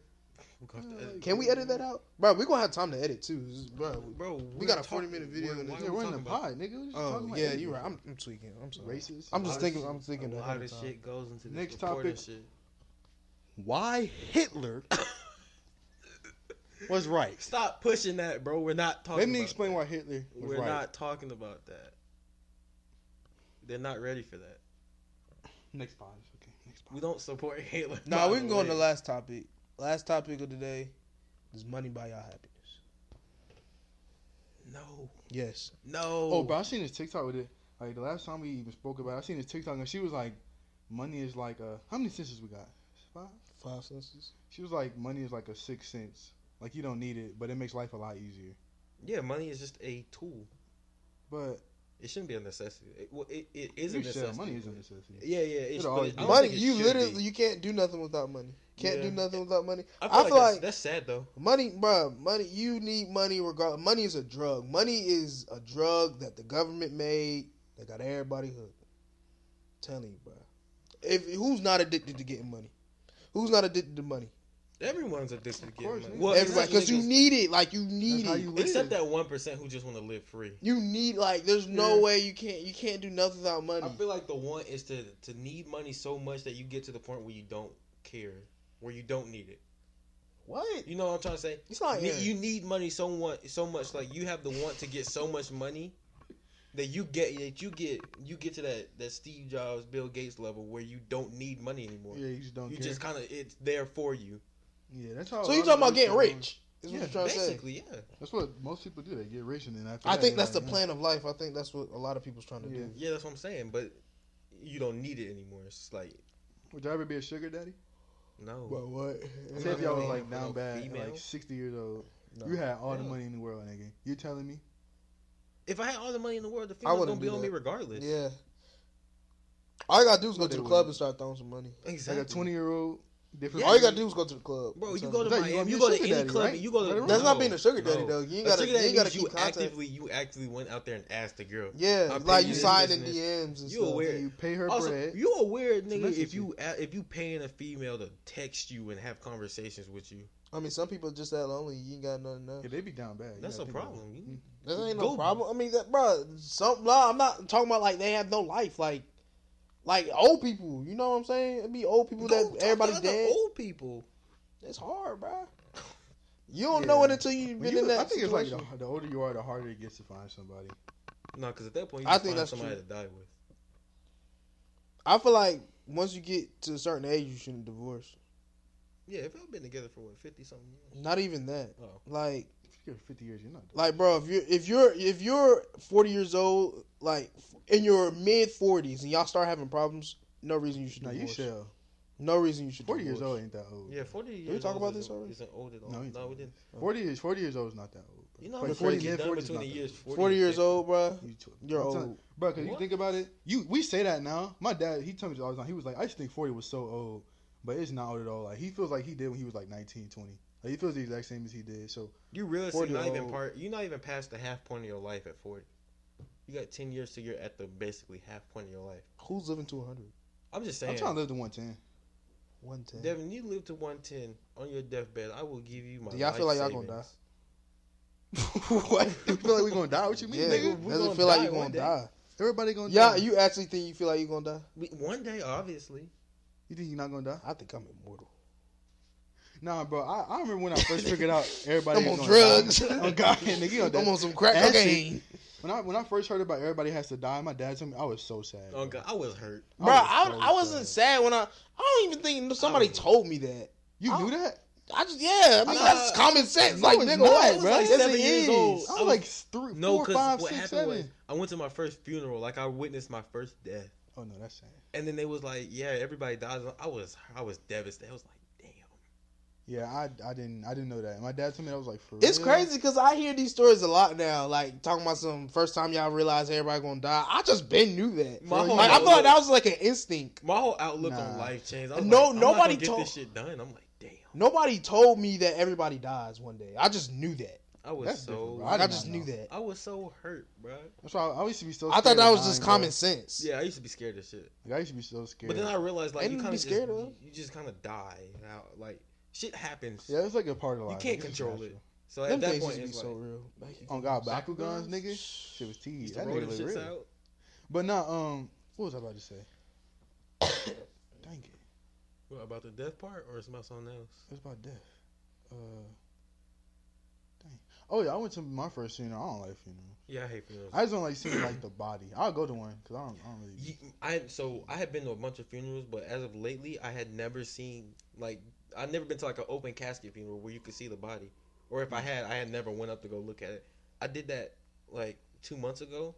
S2: We're gonna have to
S1: Yeah,
S2: edit.
S1: like-
S3: Can we edit that out, bro? We gonna have time to edit too, This is- bro.
S2: Bro,
S3: We got a 40-minute video in
S1: Yeah, we're in the pod, nigga. What you talking
S3: Oh
S1: about?
S3: yeah, you're right. I'm, I'm tweaking. I'm sorry.
S1: racist.
S3: I'm
S2: A lot
S3: just
S2: of
S3: thinking.
S2: shit-
S3: I'm thinking.
S2: A
S3: ahead
S2: lot
S3: of
S2: of
S3: time.
S2: shit goes into this
S1: Next
S2: recording
S1: topic.
S2: shit.
S1: why Hitler <laughs> was right.
S2: Stop pushing that, bro. We're not talking.
S1: Let me
S2: about
S1: explain
S2: that.
S1: why Hitler was
S2: We're
S1: right.
S2: not talking about that. They're not ready for that.
S1: Next pod. Okay, next
S2: We don't support <laughs> Hitler.
S3: No,
S2: by
S3: we can go on
S2: way.
S3: the last topic. Last topic of the day. Does money buy y'all happiness?
S2: No,
S3: Yes.
S2: no.
S1: Oh, but I seen this TikTok with it. Like the last time we even spoke about, it, I seen this TikTok and she was like, "Money is like a how many senses we got? Five?
S3: Five senses.
S1: She was like, "Money is like a sixth sense. Like you don't need it, but it makes life a lot easier."
S2: Yeah, money is just a tool.
S1: But
S2: It shouldn't be a necessity. It, well, it, it is a
S1: you
S2: necessity.
S1: said money is a necessity.
S2: Yeah, yeah. It's,
S1: It'll always
S2: but I
S1: be.
S2: don't
S3: Money.
S2: think it
S3: You
S2: should
S3: literally
S2: be.
S3: you can't do nothing without money. Can't
S2: Yeah.
S3: do nothing without money.
S2: I
S3: I
S2: feel, like,
S3: feel
S2: that's,
S3: like-
S2: that's sad though.
S3: Money, bruh, money. You need money regardless. Money is a drug. Money is a drug that the government made that got everybody hooked. telling you, bruh. If who's not addicted to getting money? Who's not addicted to money?
S2: Everyone's addicted to
S1: course,
S2: getting money.
S1: nigga.
S2: Well,
S3: Everybody,
S2: except
S3: because you
S2: niggas-
S3: need it. Like you need
S1: That's how
S3: it.
S1: you live.
S2: except that one percent who just want to live free.
S3: You need like. There's no
S1: Yeah.
S3: way you can't. You can't do nothing without money.
S2: I feel like the want is to to need money so much that you get to the point where you don't care, where you don't need it.
S3: what? Oh,
S2: You know what I'm trying to say?
S3: It's not.
S2: Ne-
S3: air.
S2: you need money so much, so much like you have the want to get so much money that you get that you get you get to that that Steve Jobs, Bill Gates level where you don't need money anymore.
S1: Yeah, you just don't
S2: you
S1: care.
S2: just kind of it's there for you.
S1: yeah, that's how.
S3: so
S1: a
S3: you
S1: lot
S3: talking
S1: of
S3: about getting
S1: people do.
S3: rich? Is what
S1: Yeah,
S3: you're trying to say?
S2: Basically, yeah,
S1: That's what most people do. They get rich and then after.
S3: I
S1: that,
S3: think
S1: they're
S3: that's the
S1: like,
S3: plan of life. I think that's what a lot of people's trying to
S1: Yeah.
S3: do.
S2: yeah, that's what I'm saying. But you don't need it anymore. It's just like
S1: "Yeah." Would you ever be a sugar daddy?
S2: no,
S3: But what?
S1: Say if y'all was like
S2: For
S1: down
S2: no
S1: bad, and,
S2: female?
S1: like sixty years old,
S2: no.
S1: you had all the
S2: Yeah.
S1: money in the world, nigga. You telling me?
S2: If I had all the money in the world, the female's
S3: wouldn't
S2: gonna be
S3: do
S2: on
S3: that.
S2: me regardless.
S3: Yeah. All you gotta do is go
S1: No,
S3: to
S1: they
S3: the club
S1: wouldn't.
S3: and start throwing some money.
S2: exactly.
S1: Like a twenty year old, different.
S2: Yeah,
S3: All you
S2: you-
S3: gotta do is go to the club.
S2: Bro,
S3: I'm
S2: you
S3: telling
S2: go to
S1: That
S2: my,
S1: you wanna
S2: you
S1: be
S2: go
S1: a
S2: to
S1: sugar
S2: any
S1: daddy,
S2: club,
S1: right?
S2: and you go
S1: Right
S2: to
S1: around.
S3: That's not
S2: no,
S3: being a sugar daddy
S2: no.
S3: though. You ain't
S2: A
S3: gotta.
S2: sugar
S3: You
S2: daddy
S3: ain't gotta
S2: means
S3: keep
S2: you
S3: contact.
S2: actively you actively went out there and asked the girl.
S3: yeah,
S2: I'll pay
S3: like
S2: you
S3: you
S2: in
S3: sign in
S2: business.
S3: DMs and
S2: You
S3: stuff.
S2: aware-
S1: And you pay her
S2: Also,
S1: bread.
S2: you a weird nigga
S1: message
S2: if you a- if you paying a female to text you and have conversations with you.
S3: I mean, some people just that lonely. You ain't got nothing else.
S1: Yeah, they be down bad. You
S2: That's a
S1: gotta think about it.
S2: problem. You-
S3: That ain't no
S2: Go-
S3: problem. I mean, that bro, some. Nah, I'm not talking about like they have no life. Like, like old people. You know what I'm saying? It'd be old people
S2: Go
S3: that
S2: talk to
S3: everybody's
S2: other
S3: dead.
S2: Old people.
S3: It's hard, bro. You don't know
S1: Yeah.
S3: it until you've
S1: When
S3: been
S1: you-
S3: in that.
S1: I think it's like
S3: situation.
S1: the, the older you are, the harder it gets to find somebody.
S2: No, because at that point you
S3: I
S2: just
S3: think
S2: find
S3: that's
S2: somebody
S3: true.
S2: to die with.
S3: I feel like once you get to a certain age, you shouldn't divorce.
S2: Yeah, if y'all been together for what fifty something years.
S3: Not even that.
S2: Oh.
S3: Like,
S1: If you're 50 years, you're not.
S3: like, bro, if you're if you're if you're forty years old, like in your mid forties, and y'all start having problems, no reason you should
S1: Now
S3: divorce.
S1: you shall.
S3: No reason you should.
S1: 40 years
S3: divorce.
S1: old ain't that old.
S2: Yeah, forty.
S3: we
S2: years
S3: talk
S2: old
S3: about
S2: isn't-
S3: this already?
S2: Isn't old at all?
S1: No, he
S2: No, we
S1: didn't.
S2: didn't.
S1: 40 years. 40 years old is not that old. bro.
S2: You know how
S1: Like,
S2: much shit
S1: 40 and
S2: get done
S1: 40 is
S2: between the
S1: not that
S2: years
S1: old.
S3: Forty,
S2: 40,
S3: years old, bro.
S1: You tw-
S3: You're
S1: I'm telling-
S3: old.
S1: bro. Because you
S2: What?
S1: think about it, you we say that now. My dad, he told me this all the time. He was like, I used to think 40 was so old, but it's not old at all. Like he feels like he did when he was like 19, 20. Like he feels the exact same as he did. So
S2: You realistically
S3: 40
S2: not even
S3: old.
S2: part. You're not even past the half point of your life at forty. You got ten years till you're at the basically half point of your life.
S3: Who's living to 100?
S2: I'm just
S1: I'm
S2: saying,
S1: trying to live to 110.
S3: 110.
S2: Devin, you live to 110 on your deathbed. I will give you my.
S3: Do y'all feel like
S2: life
S3: y'all gonna die?
S2: savings.
S1: <laughs> what? You feel like we gonna die? What you mean,
S3: Yeah,
S1: nigga?
S2: we
S3: doesn't
S2: gonna
S3: feel like
S2: die
S3: you're
S2: one
S3: gonna
S2: day.
S3: die.
S1: Everybody gonna
S3: Yeah,
S1: die?
S3: you actually think you feel like you're gonna die?
S2: We, one day, obviously.
S1: you think you're not gonna die?
S3: I think I'm immortal.
S1: Nah, bro. I, I remember when I first figured out everybody
S3: I'm
S1: was
S3: on
S1: gonna die.
S3: drugs.
S1: <laughs> Oh God, nigga, you know that.
S3: <laughs> I'm on some crack
S1: Acid.
S3: cocaine.
S1: When I when I first heard about everybody has to die, my dad told me I was so sad.
S2: Oh
S1: bro.
S2: God, I was hurt.
S3: Bro, I, I wasn't
S1: so
S3: sad when I. I don't even think somebody
S2: I was-
S3: told me that.
S1: You knew that?
S3: I just yeah. I mean
S2: Nah.
S3: that's common sense.
S1: No,
S3: Like
S1: it's
S3: nigga,
S1: not,
S3: what?
S1: bro.
S3: Like,
S1: Yes,
S3: seven
S1: it
S3: years
S2: is.
S3: old.
S1: I
S2: I
S1: was
S2: was-
S1: like three,
S2: No,
S1: four,
S2: because
S1: five,
S2: what
S1: six,
S2: happened
S1: seven.
S2: was I went to my first funeral. Like I witnessed my first death,
S1: Oh no, that's sad.
S2: and then they was like, "Yeah, everybody dies." I was, I was devastated. I was like, "Damn."
S1: Yeah, I, I didn't I didn't know that. My dad told me that I was like for
S3: It's
S1: real?
S3: crazy because I hear these stories a lot now. Like talking about some first time y'all realize everybody gonna die. I just been knew that.
S2: My
S1: Really?
S2: whole,
S3: Like I
S2: outlook,
S3: thought that was like an instinct.
S2: my whole outlook
S1: Nah.
S2: on life changed. I was
S3: No,
S2: like, I'm not
S3: nobody
S2: gonna get
S3: told-
S2: this shit done. I'm like, "Damn."
S3: Nobody told me that everybody dies one day. I just knew that.
S2: I was
S1: That's different,
S2: so,
S1: bro.
S3: Like,
S1: did
S3: I,
S1: not
S3: just knew
S1: know.
S3: that.
S2: I was so hurt, bro.
S1: That's why I, I used to be so.
S3: I
S1: scared
S3: thought that
S1: of
S3: was just
S1: dying,
S3: common
S1: Bro.
S3: sense.
S2: Yeah, I used to be scared of shit.
S1: Like, I used to be so scared.
S2: But then I realized like
S3: Ain't
S2: you
S3: nothing
S2: kind
S3: to
S2: of
S3: be scared
S2: just,
S3: of.
S2: you just kind of die. and how- Like shit happens.
S1: yeah, it's like a part of
S2: You
S1: life.
S2: can't
S1: Like, it's
S2: control
S1: natural.
S2: So
S3: Them
S2: at that
S3: things
S2: point,
S3: used to be
S2: it's
S3: so
S2: like
S3: real. Like,
S1: On God, Baku
S2: Bakugan?
S1: guns, nigga. Shit was
S2: you
S1: tea.
S2: used to
S1: That
S2: roll
S1: nigga
S2: them
S1: look
S2: shits
S1: real.
S2: out.
S1: But nah, um, what was I about to say? <coughs> Dang it.
S2: What, about the death part, or it's about something else?
S1: It's about death. Uh, dang. Oh yeah, I went to my first funeral. I don't like funerals.
S2: Yeah, I hate funerals.
S1: I just don't like seeing like the body. I'll go to one because I don't. I don't really.
S2: You- I so I have been to a bunch of funerals, but as of lately, I had never seen like I've never been to like an open casket funeral where you could see the body, or if I
S1: Mm.
S2: had, I had never went up to go look at it. I did that like two months ago.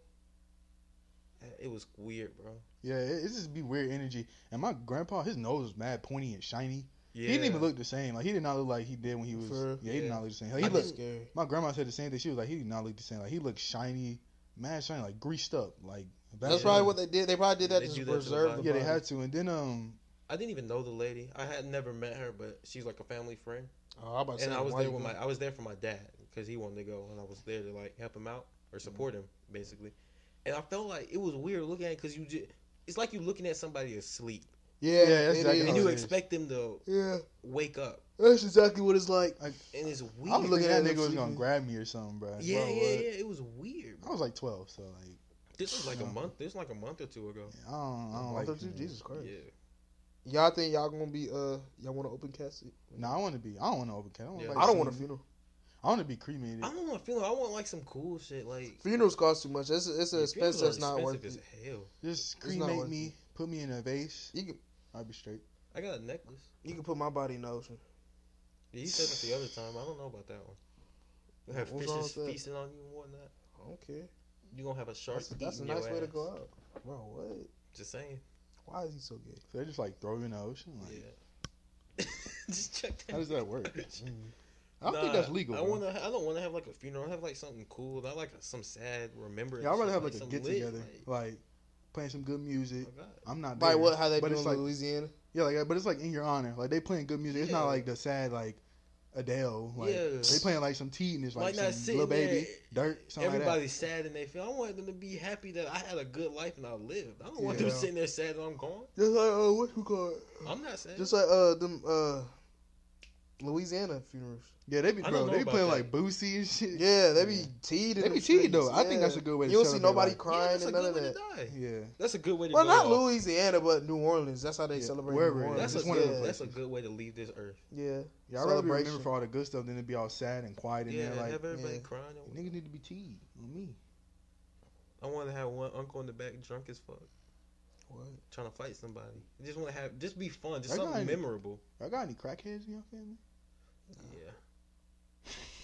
S2: Uh, It was weird, bro.
S1: Yeah, it, it's just be weird energy. And my grandpa, his nose was mad pointy and shiny.
S2: Yeah,
S1: He didn't even look the same. Like he did not look like he did when he was.
S3: For-
S1: yeah, he did
S2: yeah.
S1: not look the same. Like,
S3: He
S1: he
S2: I
S3: looks
S1: looked.
S2: just-
S3: scary.
S1: My grandma said the same thing. She was like, he did not look the same. Like he looked shiny, mad shiny, like greased up. Like
S3: That's
S2: Yeah.
S3: probably what they did. They probably did that
S2: They
S3: to
S2: do that to the
S3: preserve
S2: body.
S3: the
S1: Yeah, they
S3: body.
S1: had to. And then um,
S2: I didn't even know the lady. I had never met her, but she's like a family friend,
S3: Oh, I'm about to
S2: and
S3: say,
S2: I was
S3: why
S2: there
S3: you
S2: with
S3: go-
S2: my I was there for my dad because he wanted to go, and I was there to like help him out or support him basically. And I felt like it was weird looking at because you just it's like you looking at somebody asleep.
S3: Yeah,
S1: Yeah, that's
S3: Oh, it
S1: exactly
S3: is.
S1: how
S2: and
S1: it
S2: you
S1: is.
S2: expect them to
S3: Yeah,
S2: wake up,
S3: that's exactly what it's like.
S2: and it's weird.
S1: I was looking
S3: at
S1: at
S3: him
S1: nigga was
S3: sleeping.
S1: gonna grab me or something, bro.
S2: yeah,
S1: Bro,
S2: yeah,
S1: what?
S2: yeah. It was weird.
S1: I was like twelve, so like
S2: This was like a
S1: Yeah.
S2: month. This was like a month or two ago.
S1: I don't, I don't
S3: I
S1: like.
S3: thought you-
S1: funerals.
S3: Jesus Christ.
S2: Yeah,
S3: Y'all think y'all gonna be uh y'all want to open casket?
S1: No, I want to be. I don't want to overcome. I don't,
S2: Yeah.
S1: like
S3: I don't want a
S1: seeing-
S3: funeral.
S1: I want to be cremated.
S2: I don't want to feel. I want like some cool shit. Like
S3: Funerals cost too much. It's a, it's an
S2: funerals
S3: expense
S2: are
S3: that's not worth
S2: expensive
S3: it.
S2: as hell.
S1: Just
S3: It's not
S1: cremate
S3: worth
S1: me. Put me in a vase.
S3: You can
S1: I'll be straight.
S2: I got a necklace.
S3: you can put my body in the ocean.
S2: Yeah, you said it the other time. I don't know about that one. Have
S3: What's wrong
S2: fishes
S3: with that?
S2: feasting on you and whatnot.
S3: I don't care.
S2: You gonna have a shark?
S3: That's, that's a
S2: eating your
S3: nice way to
S2: ass.
S3: go out, bro. What?
S2: Just saying.
S3: Why is he so gay?
S1: So they just like throw you in the ocean. Like,
S2: Yeah. <laughs> Just check that.
S1: How does that work?
S2: out.
S1: I don't think
S2: Nah,
S1: that's legal.
S2: I
S1: bro.
S2: want to. I don't want to have like a funeral. I have like something cool. Not like some sad remembrance.
S1: Yeah, I'd rather have
S2: something
S1: like a
S2: something
S1: get
S2: lit,
S1: together,
S2: like,
S1: like, playing some good music.
S2: oh my God.
S1: I'm not there.
S3: Like what? How they
S1: but
S3: do
S1: it's
S3: in
S1: like
S3: Louisiana?
S1: yeah, like but it's like in your honor. Like they playing good music. It's
S2: Yeah.
S1: not like the sad like Adele. Like
S2: Yeah.
S1: they playing like some tea and it's
S2: Like
S1: like,
S2: not
S1: some
S2: sitting
S1: little baby
S2: there,
S1: dirt something like
S2: Everybody's sad and they feel. I want them to be happy that I had a good life and I lived. I don't want them
S1: Yeah.
S2: sitting there sad that I'm gone.
S3: Just like uh, what you call it?
S2: I'm not sad.
S3: Just like uh them uh Louisiana funerals.
S1: that. Yeah, they be
S2: I don't know
S1: bro. They be
S2: about
S1: playing
S2: that.
S1: like Boosie and shit.
S3: Yeah, they
S1: Yeah.
S3: be teed. in
S1: They
S3: them
S1: be teed, though.
S3: streets.
S1: I think that's a good way to
S3: You don't see
S1: celebrate
S3: nobody
S1: life.
S2: yeah,
S3: crying
S2: that's a
S3: and none
S2: good
S3: of
S2: way to
S3: that.
S2: die.
S1: Yeah.
S2: That's a good way to.
S3: Well,
S2: go
S3: not
S2: off.
S3: Louisiana, but New Orleans. That's how they
S1: Yeah,
S3: celebrate
S1: wherever
S3: New
S1: it is.
S3: Orleans.
S2: That's a
S1: It's
S3: yeah.
S1: one of
S2: good.
S1: the
S2: That's a good way to leave this earth.
S3: yeah.
S1: Yeah, I'd rather be
S3: Celebration.
S1: remembered for all the good stuff than to be all sad and quiet in
S2: Yeah,
S1: there. Like
S2: have everybody
S3: yeah.
S2: crying.
S1: niggas need to be teed on me.
S2: I want to have one uncle in the back drunk as fuck,
S3: What?
S2: trying to fight somebody. I just want to have, just be fun, just
S1: I got
S2: something
S1: it.
S2: memorable.
S1: Y'all got any crackheads in your family?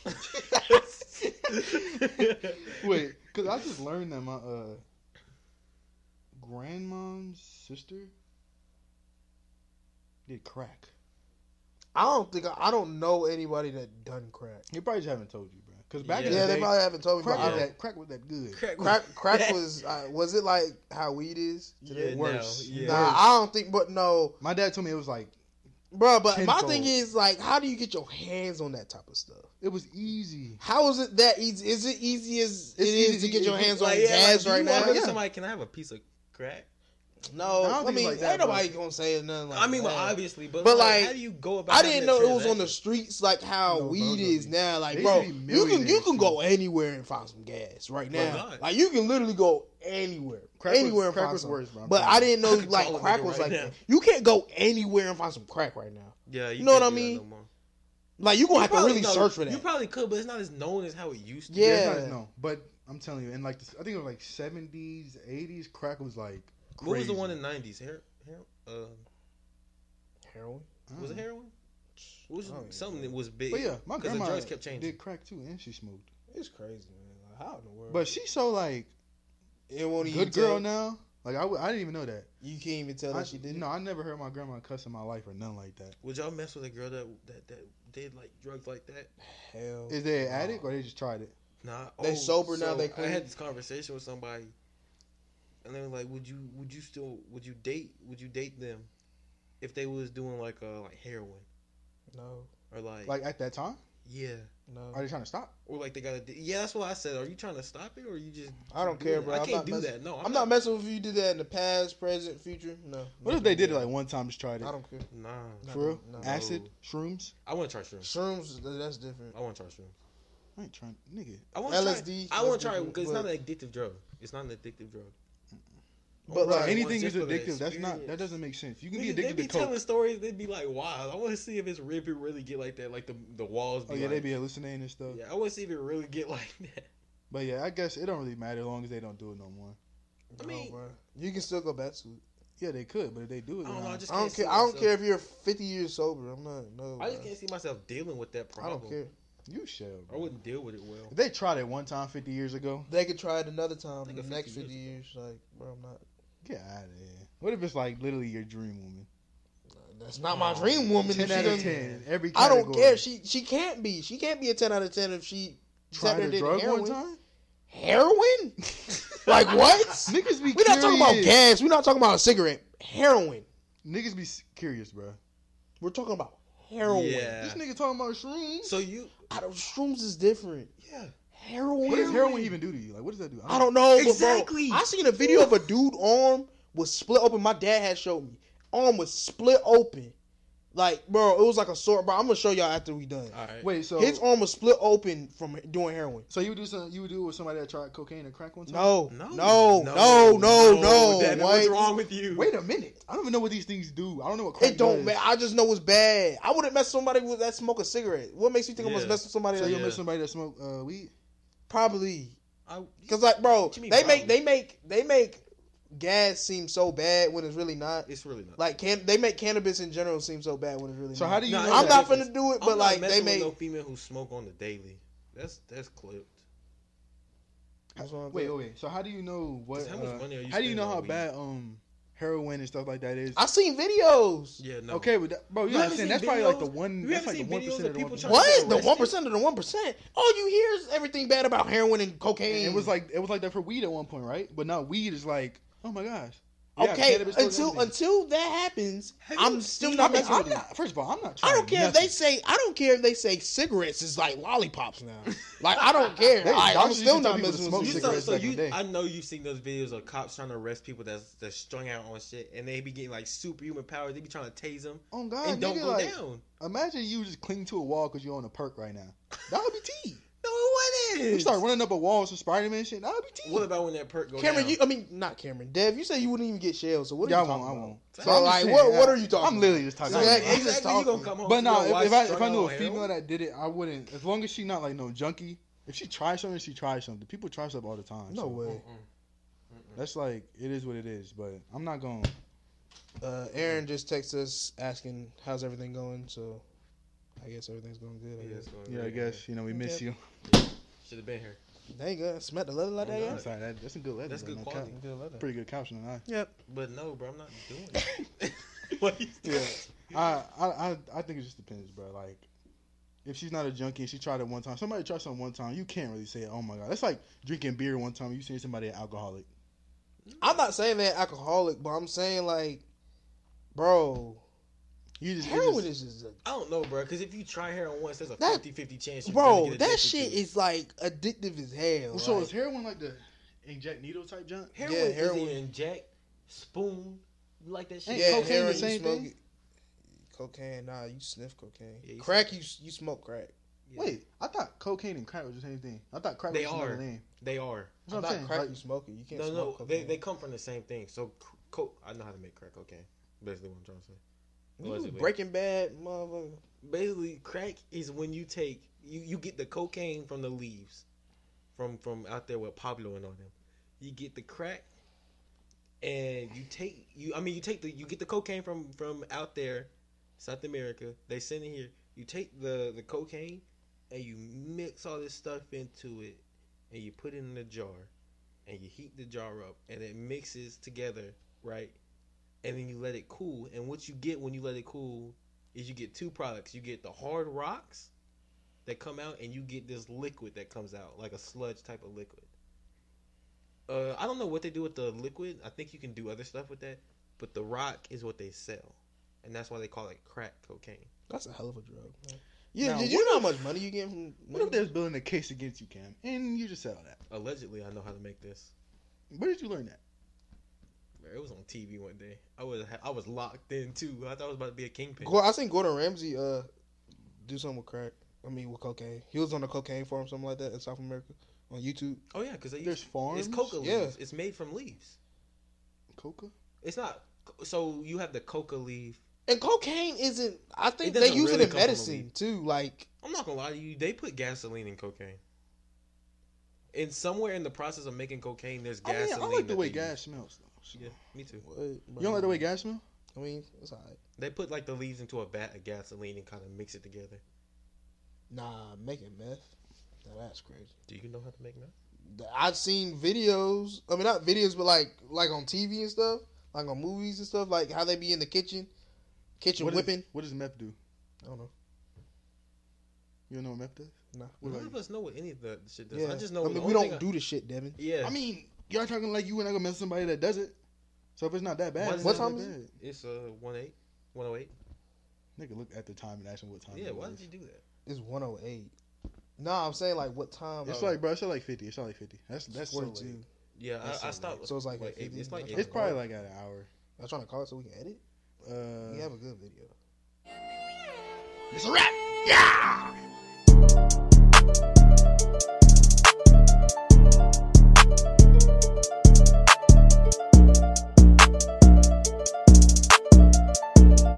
S2: <laughs> Yeah.
S1: Wait, because I just learned that my uh grandmom's sister did crack.
S3: <laughs> I don't think I, I don't know anybody that done crack.
S1: They probably just haven't told you, bro. Because back
S2: Yeah.
S1: in
S3: Yeah,
S1: the
S3: they
S1: day,
S3: probably haven't told me.
S1: crack,
S3: But I
S1: was
S3: don't,
S1: that, crack was that good.
S2: Crack,
S3: <laughs> crack, crack was uh, was it like how weed is today?
S2: yeah,
S1: worse.
S2: No, yeah.
S3: Nah, I don't think. But no,
S1: My dad told me it was like
S3: bro. But my
S1: Tenfold.
S3: thing is like, how do you get your hands on that type of stuff?
S1: it was easy.
S3: How is it that easy? Is it easy as it
S1: It's
S3: is
S1: easy
S3: to
S1: to-
S3: get your
S1: it-
S3: hands
S2: Like,
S3: on
S2: yeah, like,
S3: gas
S2: do you
S3: right
S2: walk
S3: now?
S2: up to
S1: yeah.
S2: Somebody, can I have a piece of crack?
S1: I
S3: No,
S1: don't
S3: I,
S1: think it's
S3: mean,
S1: like that,
S3: ain't
S1: bro.
S3: nobody gonna say none like
S2: I mean, well,
S3: that.
S2: obviously, but,
S3: But,
S2: like,
S3: like,
S2: how do you go about?
S3: I
S2: having
S3: didn't
S2: that
S3: know it was on the
S2: transaction?
S3: streets like how
S1: No,
S3: weed
S1: those are-
S3: is now. Like,
S1: They
S3: bro,
S1: used to be
S3: you can you
S1: millionaires,
S3: can
S1: too.
S3: go anywhere and find some gas right
S2: Why
S3: now.
S2: not?
S3: Like, you can literally go anywhere,
S1: Crack
S3: anywhere
S1: was,
S3: and
S1: crack
S3: find
S1: was
S3: some.
S1: worse, bro. I'm
S3: But
S1: telling
S3: I
S1: you.
S3: didn't know
S2: I could
S3: like
S2: call a
S3: crack
S2: nigga
S3: was
S2: right
S3: like
S2: now.
S3: that. You can't go anywhere and find some crack right now.
S2: Yeah,
S3: You know
S2: can't
S3: what
S2: do
S3: I
S2: that
S3: mean?
S2: no more.
S3: Like, you gonna have to
S2: probably-
S3: really
S2: no,
S3: search for
S2: You
S3: that.
S2: probably could, but it's not as known as how it used to. be.
S1: Yeah, it's not
S3: yeah.
S1: as- no, but I'm telling you, in like the, I think it was like 70s, 80s, crack was like. Crazy.
S2: What was the one in the nineties? Her, her, uh,
S3: Heroin.
S1: I don't
S2: was it
S1: know.
S2: heroin? What was
S3: Hmm. I don't even
S2: something
S3: know.
S2: that was big?
S1: But yeah, my
S2: because the
S1: grandma
S2: drugs kept changing.
S1: did crack too, and she smoked.
S3: It's crazy, man. Like, how in the world?
S1: But she's so like
S3: it won't even
S1: good girl
S3: tell-
S1: now. Like I, w- I didn't even know that.
S3: You can't even tell
S1: I,
S3: that she did.
S1: no, I never heard my grandma cuss in my life or nothing like that.
S2: Would y'all mess with a girl that that that did like drugs like that?
S3: Hell,
S1: Is they
S3: no.
S1: an addict or they just tried it?
S2: Nah,
S3: They sober now, they
S2: I
S3: clean.
S2: had this conversation with somebody, and they were like, "Would you? Would you still? Would you date? Would you date them if they was doing like uh like heroin
S3: No,
S2: or like,
S1: Like at that time,
S2: yeah
S3: no.
S1: are they trying to stop?
S2: or like they got to yeah?" That's what I said. Are you trying to stop it or you just?
S3: I don't
S2: do
S3: care,
S2: that?
S3: bro.
S2: I
S3: I'm
S2: can't
S3: not
S2: do
S3: messing-
S2: that. No,
S3: I'm not messing with you. Did that in the past, present, future. No.
S1: What if they did it like one time, just tried it?
S3: I don't care.
S2: Nah,
S3: No,
S1: For real?
S3: no.
S1: Acid,
S2: No.
S1: shrooms.
S2: I want to try shrooms.
S3: Shrooms, th- that's different.
S2: I want to try shrooms.
S1: I ain't trying, nigga.
S2: I want to try.
S3: LSD,
S2: I want to
S3: that's
S2: try
S3: different,
S2: because it's not
S3: but-
S2: an addictive drug. It's not an addictive drug.
S3: But
S1: Bro,
S3: like,
S2: any-
S1: anything
S2: just
S1: is
S2: for the
S1: addictive. That's not. That
S2: experience.
S1: doesn't make sense. You can
S2: Niggas,
S1: be
S2: they
S1: addicted
S2: be
S1: to coke.
S2: telling stories. They'd be like, "Wow, I want to see if it's re- if it really get like that. Like the the walls. Be
S1: oh yeah,
S2: like,
S1: they be hallucinating and stuff.
S2: Yeah, I want to see if it really get <laughs> like that.
S1: But yeah, I guess it don't really matter as long as they don't do it no more.
S2: I mean,
S3: You can still go back to it.
S1: Yeah, they could, but if they do it,
S2: I don't know.
S1: nah.
S2: I just
S3: I
S2: can't
S3: don't
S2: see
S3: care. I don't
S2: myself-
S3: care if you're 50 years sober. I'm not. No.
S2: I just
S3: bro.
S2: can't see myself dealing with that
S3: I
S2: problem.
S3: don't care.
S1: you shall.
S2: I
S1: Bro.
S2: wouldn't deal with it well.
S1: If they tried it one time fifty years ago,
S3: They could try it another time.
S2: Like
S3: in the
S2: a
S3: next
S2: 50
S3: 50 years, like, bro, I'm not.
S1: get out of here. What if it's like literally your dream woman?
S3: That's not my dream woman.
S1: Ten
S3: She
S1: out of
S3: doesn't-
S1: ten. Every
S3: I
S1: category.
S3: don't care. She she can't be. She can't be a 10 out of 10 if she
S1: tried
S3: Tucker
S1: a
S3: did
S1: drug
S3: heroin.
S1: one time. <laughs>
S3: heroin. like what?
S1: Niggas be
S3: We're not talking about
S1: curious.
S3: gas. We're not talking about a cigarette. Heroin.
S1: Niggas be s- curious, bro.
S3: We're talking about heroin.
S2: Yeah.
S1: This nigga talking about shrooms.
S2: So you,
S3: I don't, shrooms is different.
S2: yeah,
S3: Heroin.
S1: what does heroin even do to you? Like, what does that do?
S3: I don't know. Exactly.
S2: Exactly.
S3: I seen a video of a dude arm was split open. My dad had showed me arm was split open. Like, bro, it was like a sword. Bro, I'm gonna show y'all after we done.
S2: all right.
S1: Wait, so
S3: His arm was split open from doing heroin.
S1: so you would do some? You would do it with somebody that tried cocaine and crack one time?
S3: No, no, no, no, no.
S2: Devin,
S3: What?
S2: what's wrong with you?
S1: Wait a minute. I don't even know what these things do. I don't know what crack
S3: It don't
S1: does.
S3: matter. I just know it's bad. I wouldn't mess with somebody with that smoke a cigarette. What makes you think I'm gonna
S2: Yeah.
S3: mess with somebody?
S1: So
S3: that
S1: you'll
S2: Yeah.
S1: miss somebody that smoke uh, weed.
S3: Probably
S2: I-
S3: because, like, bro,
S2: What
S3: they
S2: you mean
S3: make
S2: probably?
S3: they make they make gas seem so bad when it's really not.
S2: it's really not.
S3: Like, can they make cannabis in general seem so bad when it's really
S1: So
S3: not.
S1: how do you?
S2: Nah,
S1: know
S3: I'm not
S1: that?
S3: finna do it,
S2: I'm
S3: but
S2: not
S3: like they
S2: messing with
S3: make.
S2: no female who smoke on the daily. That's that's clipped.
S3: That's what I'm
S1: Wait,
S3: saying.
S1: wait, wait. So how do you know what?
S2: 'Cause how much
S1: uh,
S2: money are you
S1: how do you
S2: spending
S1: know
S2: on
S1: how
S2: weed?
S1: bad um heroin and stuff like that is?
S3: I seen videos.
S2: Yeah, no.
S1: Okay, but that, bro, you,
S2: You
S1: know what I'm
S2: haven't seen
S1: saying? That's probably like the
S2: videos?
S1: one.
S2: You
S1: that's
S2: haven't
S1: like the
S2: seen
S1: one
S2: videos
S1: percent
S2: of people trying to
S3: What the
S2: Arrested?
S3: one percent of the one percent? All you hear is everything bad about heroin and cocaine.
S1: It was like it was like that for weed at one point, right? But now weed is like, oh my gosh. Yeah,
S3: okay,
S1: cannabis does
S3: until
S1: everything.
S3: until that happens,
S2: Have you
S3: I'm still
S2: seen-
S1: I
S3: not
S1: mean,
S3: messing
S1: I'm
S3: with it.
S1: not. First of all, I'm not.
S3: I
S1: Trying
S3: don't care if
S1: nothing.
S3: they say I don't care if they say cigarettes is like lollipops now. Like I
S1: <laughs>
S3: don't care.
S1: Hey,
S3: Like,
S1: why
S3: I'm
S1: would you
S3: still
S1: tell
S3: not
S1: people to
S3: messing
S1: smoke
S3: with
S2: You
S3: cigarettes.
S2: saw, so
S1: cigarettes back in
S2: you,
S1: the day.
S2: I know you've seen those videos of cops trying to arrest people that's that's strung out on shit, and they be getting like superhuman powers. They be trying to tase them
S1: Oh God,
S2: and don't
S1: nigga,
S2: go
S1: like,
S2: down.
S1: Imagine you just cling to a wall because you're on a perk right now. That would be tea.
S2: No, what is?
S1: you start running up a wall with some Spider Man shit. That would be
S2: <laughs>
S1: tea.
S2: What about when that perk goes
S3: Cameron,
S2: down?
S3: you I mean not Cameron. Dev, you said you wouldn't even get shells. So what are
S1: yeah, I
S3: you
S1: won't.
S3: talking
S1: I
S3: about?
S1: won't.
S2: So,
S1: I'm
S3: So
S1: just
S3: like
S1: saying,
S3: what what
S1: I-
S3: are you talking?
S1: I'm literally just talking.
S3: Yeah,
S1: about
S3: Exactly.
S1: it.
S3: I'm just
S2: exactly. You
S3: talking.
S2: gonna come home?
S1: But
S2: to
S1: nah,
S2: your
S1: if,
S2: wife
S1: if I if
S2: strung
S1: I
S2: out
S1: knew a
S2: on heroin?
S1: female that did it, I wouldn't. As long as she not like no junkie. If she tries something, she tries something. People try stuff all the time.
S3: No
S1: so
S2: Mm,
S3: way.
S1: That's like it is what it is. But I'm not going. to
S3: Uh, Aaron just texted us asking how's everything going. So I guess everything's going good. I
S2: Yeah,
S3: guess.
S2: it's going
S1: Yeah, I
S2: great.
S1: guess you know we miss
S3: Okay.
S1: you.
S2: Should have been here.
S3: Dang, good. Smack the leather like that.
S2: I'm
S3: Yeah.
S1: <laughs> I'm sorry, that, that's a good letter.
S2: That's
S1: though,
S2: good
S1: no
S2: quality.
S1: cap.
S3: Good leather.
S1: Pretty good caption, and I.
S3: Yep.
S2: But no, bro, I'm not doing it. <laughs> what you
S1: Yeah. I, I, I, I think it just depends, bro. Like, if she's not a junkie and she tried it one time, somebody tried something one time, you can't really say, oh my God. That's like drinking beer one time, you see somebody an alcoholic.
S3: I'm not saying that alcoholic, but I'm saying like, bro,
S1: You just, it
S3: heroin
S1: just-
S3: is just a
S2: I don't know, bro, because if you try heroin once, there's a
S3: That-
S2: 50 50 chance you're gonna
S3: Bro,
S2: get
S3: that
S2: addicted
S3: shit
S2: to it.
S3: is like addictive as hell.
S1: Well, so
S3: like-
S1: is heroin like the inject needle type junk?
S2: Heroin,
S3: yeah,
S2: yeah,
S3: heroin.
S2: heroin. inject, spoon. You like that shit?
S1: Ain't
S3: yeah,
S1: cocaine the
S3: heroin,
S1: same
S3: you smoke
S1: thing?
S3: it. Cocaine, nah, you sniff cocaine.
S2: Yeah, you
S3: crack, you you smoke crack.
S2: Yeah.
S1: Wait, I thought cocaine and crack was the same thing. I thought crack
S2: They
S1: was just
S2: are.
S1: another name.
S2: They are.
S1: That's what
S3: Not
S1: I'm saying.
S3: crack,
S1: Like,
S3: you smoke it. You can't
S2: No,
S3: smoke
S2: no, they,
S3: cocaine.
S2: they come from the same thing. So, c- co- I know how to make crack cocaine. Basically, what I'm trying to say.
S3: You
S2: allegedly.
S3: Breaking Bad, motherfucker.
S2: Basically, crack is when you take you, you get the cocaine from the leaves, from from out there with Pablo and all them. You get the crack, and you take you. I mean, you take the you get the cocaine from from out there, South America. They send it here. You take the the cocaine, and you mix all this stuff into it, and you put it in a jar, and you heat the jar up, and it mixes together, right? And then you let it cool. And what you get when you let it cool is you get two products. You get the hard rocks that come out, and you get this liquid that comes out, like a sludge type of liquid. Uh, I don't know what they do with the liquid. I think you can do other stuff with that, but the rock is what they sell, and that's why they call it crack cocaine.
S3: That's a hell of a drug. Man. Yeah,
S1: Now,
S3: did you know how much money you get from?
S1: what if they're building a case against you, Cam? And you just said all that.
S2: Allegedly, I know how to make this.
S1: Where did you learn that?
S2: Man, It was on TV one day. I was I was locked in too. I thought I was about to be a kingpin.
S3: Gor- I seen Gordon Ramsay uh do something with crack. I mean with cocaine. He was on a cocaine farm, something like that in South America on YouTube.
S2: Oh yeah, because
S1: There's farms.
S2: it's coca leaves.
S3: Yeah.
S2: It's made from leaves.
S1: Coca?
S2: It's not. So you have the coca leaf.
S3: And cocaine isn't. I think
S2: It
S3: they
S2: doesn't
S3: use
S2: really
S3: it in
S2: come from a
S3: medicine
S2: weed.
S3: too. Like
S2: I'm not gonna lie to you. They put gasoline in cocaine. And somewhere in the process of making cocaine, there's
S1: I,
S2: gasoline.
S1: mean, I like the
S2: that
S1: way
S2: they use.
S1: gas smells. Though.
S2: Yeah, me too.
S1: You don't like the way gas smells?
S3: I mean, it's alright.
S2: They put like the leaves into a vat of gasoline and kind of mix it together.
S3: Nah, making meth. Now that's crazy.
S2: Do you know how to make that?
S3: Th- I've seen videos. I mean, not videos, but like like on TV and stuff, like on movies and stuff, like how they be in the kitchen, kitchen
S1: What is-
S3: whipping.
S1: what does meth do?
S3: I don't know.
S1: You don't know what meth does?
S3: Nah.
S2: None
S1: What about
S2: of
S1: you?
S2: us know what any of that shit does.
S3: Yeah.
S2: I just know.
S3: I
S2: the
S3: mean, we
S2: only
S3: don't
S2: thing
S3: do the shit, Devin.
S2: I- yeah.
S1: I mean, y'all talking like you and I gonna mess with somebody that does it. So if it's not that bad,
S2: What
S1: it's
S3: is
S1: not
S3: it?
S1: that
S3: What time
S1: bad.
S2: it's uh one eight, one oh eight.
S1: Nigga, look at the time and ask him what time.
S2: Yeah.
S1: it
S2: Why
S1: was.
S2: did you do that?
S3: It's one oh eight. Nah, I'm saying like what time?
S1: It's like, bro, it's like fifty. It's like fifty. That's that's so late.
S2: Yeah.
S1: That's
S2: I, I
S1: so late.
S2: stopped.
S3: So it's like
S2: like
S3: a
S2: eight, it's
S3: 15
S2: like
S3: minute
S2: eight
S1: It's probably
S2: o'clock.
S1: like at an hour.
S3: I'm trying to call it so we can edit.
S1: Uh,
S3: We have a good video.
S1: It's a wrap. Yeah.